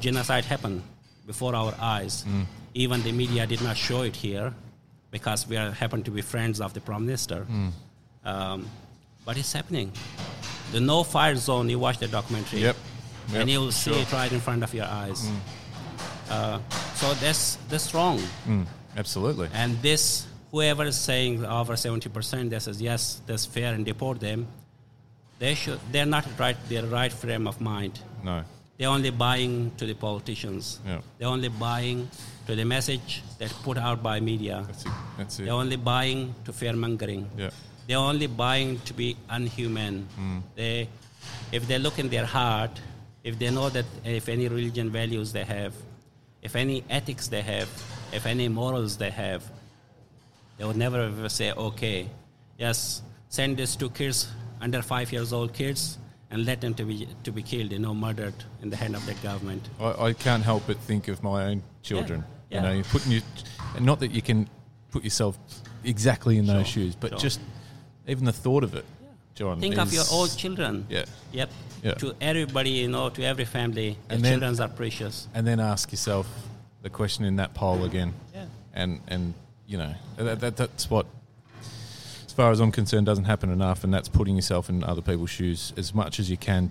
A: genocide happened before our eyes.
D: Mm.
A: Even the media did not show it here because
D: Mm.
A: we are, happen to be friends of the prime minister. Um, but it's happening. The no fire zone, you watch the documentary.
D: Yep. Yep.
A: And you'll see
D: Sure. Mm.
A: it right in front of your eyes. Uh, so that's, that's wrong.
D: Absolutely.
A: And this, whoever is saying over 70%, that says, yes, that's fair and deport them, they should, they're not right, they're right frame of mind.
D: No.
A: They're only buying to the politicians.
D: Yeah.
A: They're only buying to the message that's put out by media.
D: That's it. That's it.
A: They're only buying to fear mongering.
D: Yeah.
A: They're only buying to be unhuman.
D: Hmm.
A: They, if they look in their heart, if they know that if any religion values they have, if any ethics they have, if any morals they have, they would never ever say, okay, yes, send this to kids under five years old kids and let them to be, to be killed, you know, murdered in the hand of the government.
D: I, I can't help but think of my own children.
A: Yeah.
D: You know,
A: Yeah.
D: you're putting you, and not that you can put yourself exactly in those shoes, but
A: Sure.
D: just even the thought of it, John.
A: Think of your
D: is-
A: own children.
D: Yeah.
A: Yep.
D: Yeah.
A: To everybody, you know, to every family,
D: And
A: their
D: then-
A: children are precious.
D: and then ask yourself the question in that poll again.
A: Yeah.
D: And and you know that, that that's what, as far as I'm concerned, doesn't happen enough, and that's putting yourself in other people's shoes as much as you can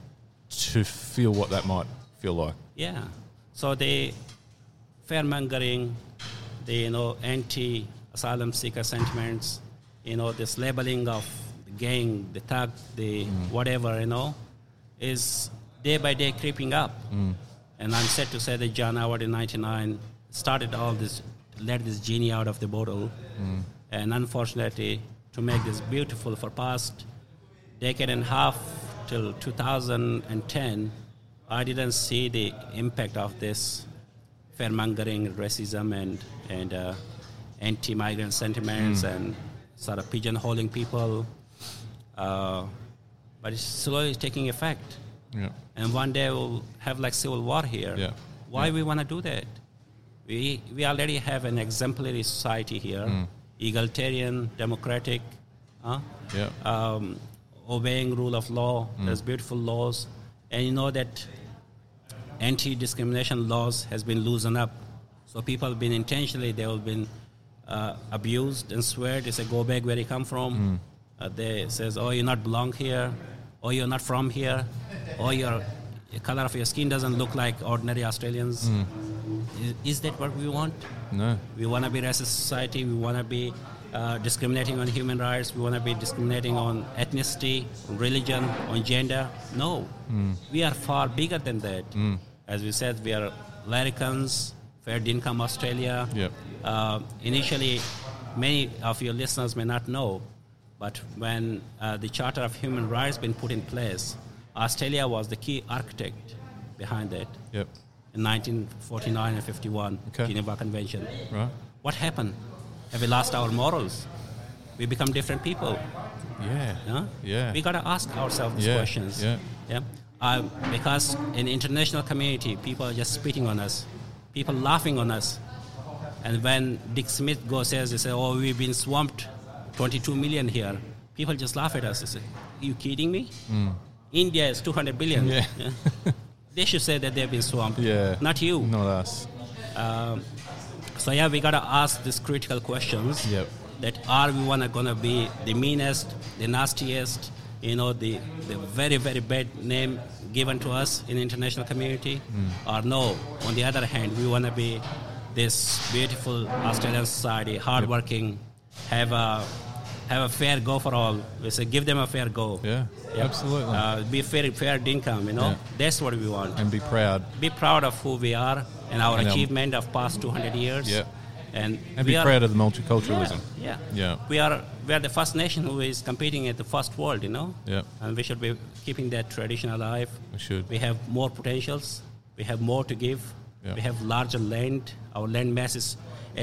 D: to feel what that might feel like.
A: Yeah. So the fearmongering, the you know anti asylum seeker sentiments, you know this labeling of the gang, the thug, the whatever, you know, is day by day creeping up. And I'm sad to say that John Howard in '99 started all this, let this genie out of the bottle, and unfortunately, to make this beautiful for past decade and a half till 2010, I didn't see the impact of this fearmongering, racism, and and uh, anti-migrant sentiments,
D: Hmm.
A: and sort of pigeonholing people. Uh, but it's slowly taking effect,
D: Yeah.
A: and one day we'll have like civil war here.
D: Yeah.
A: Why we want to do that? We we already have an exemplary society here,
D: Hmm.
A: egalitarian, democratic. Huh?
D: Yeah.
A: um, obeying rule of law. There's beautiful laws, and you know that anti-discrimination laws has been loosened up. So people have been intentionally they have been uh, abused and swear they say go back where you come from. Uh, they says oh you're not belong here, or you're not from here, or your the color of your skin doesn't look like ordinary Australians. Is, is that what we want?
D: no.
A: We want to be racist society. We want to be uh, discriminating on human rights. We want to be discriminating on ethnicity, on religion, on gender. No,
D: Hmm.
A: we are far bigger than that. As we said, we are Larrikins, Fair Income Australia.
D: Yep.
A: Uh, initially, many of your listeners may not know, but when uh, the Charter of Human Rights been put in place, Australia was the key architect behind that
D: Yep.
A: in 1949 and 51
D: Okay.
A: Geneva Convention.
D: Right.
A: What happened? Have we lost our morals? We become different people.
D: Yeah.
A: Huh?
D: Yeah.
A: We gotta ask ourselves these
D: Yeah,
A: questions.
D: yeah.
A: Yeah. Uh, because in international community, people are just spitting on us, people laughing on us, and when Dick Smith goes says they say, "Oh, we've been swamped, 22 million here." People just laugh at us. They say, "You kidding me? India is 200 billion."
D: Hmm. Yeah.
A: Yeah. they should say that they've been swamped.
D: Yeah.
A: Not you.
D: Not us.
A: So yeah, we gotta ask these critical questions.
D: Yep.
A: That are we wanna gonna be the meanest, the nastiest, you know, the the very very bad name given to us in international community,
D: Mm.
A: or no? On the other hand, we wanna be this beautiful Australian society, hardworking, have a have a fair go for all. We say give them a fair go.
D: Yeah.
A: Yep.
D: Absolutely.
A: Uh, be fair, fair income. You know,
D: Yeah.
A: that's what we want
D: and be proud.
A: be proud of who we are and our
D: And, um,
A: achievement of past 200 years.
D: Yeah.
A: And,
D: And
A: we
D: be
A: are,
D: proud of the multiculturalism.
A: Yeah,
D: Yeah.
A: We are we are the first nation who is competing at the first world, you know.
D: Yeah.
A: And we should be keeping that tradition alive.
D: We should.
A: We have more potentials. We have more to give.
D: Yeah.
A: We have larger land. Our land mass is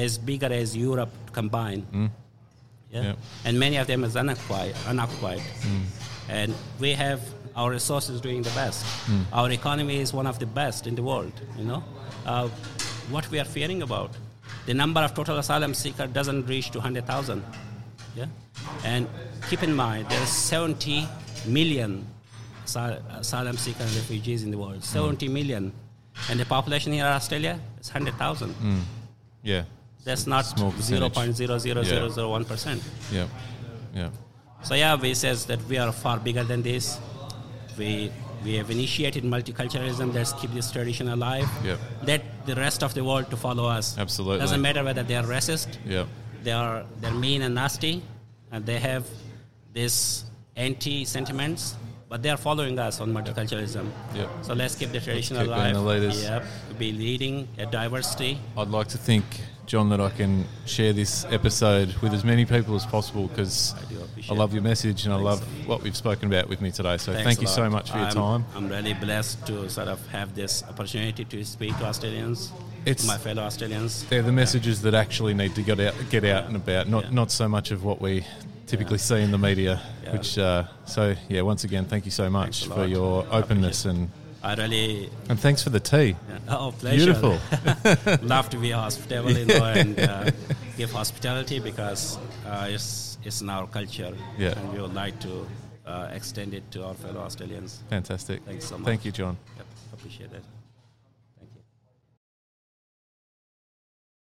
A: as bigger as Europe combined. Yeah.
D: Yeah.
A: And many of them is unoccupied. unoccupied.
D: Hmm.
A: And we have our resources doing the best. Our economy is one of the best in the world, you know. Uh, what we are fearing about. The number of total asylum seeker doesn't reach to 100,000. Yeah. And keep in mind, there's 70 million asyl- asylum seeker and refugees in the
D: Hmm.
A: world. 70 million. And the population here in Australia is 100,000.
D: Yeah.
A: That's not
D: Hmm. Small percentage.
A: 0.00001%.
D: Yeah. Yeah.
A: So yeah, we says that we are far bigger than this. we we have initiated multiculturalism that's keep this tradition alive
B: Yep.
A: let the rest of the world to follow us
B: Absolutely.
A: doesn't matter whether they are racist
B: Yeah.
A: they are they're mean and nasty and they have this anti sentiments but they are following us on multiculturalism
B: Yep.
A: so let's keep the tradition
B: keep being
A: alive
B: the leaders.
A: yep be leading a diversity
B: I'd like to think, John, that I can share this episode with as many people as possible because
A: I do appreciate
B: I love your message and I love what we've spoken about with me today. So
A: Thanks
B: thank
A: a
B: you so
A: lot.
B: much for your
A: I'm-
B: time.
A: I'm really blessed to sort of have this opportunity to speak to Australians,
B: It's-
A: to my fellow Australians.
B: They're the messages that actually need to get out, get out and about. Not
A: Yeah.
B: not so much of what we typically see in the media.
A: Yeah.
B: Which uh, so yeah, once again, thank you so much
A: a
B: for
A: lot.
B: your
A: I
B: openness and
A: I really,
B: and thanks for the tea.
A: oh, pleasure.
B: Beautiful.
A: Love to be hospitable you know, and uh, give hospitality because uh, it's, it's in our culture.
B: Yeah.
A: And we would like to uh, extend it to our fellow Australians.
B: Fantastic.
A: Thanks so much.
B: Thank you, John.
A: Yep, appreciate it.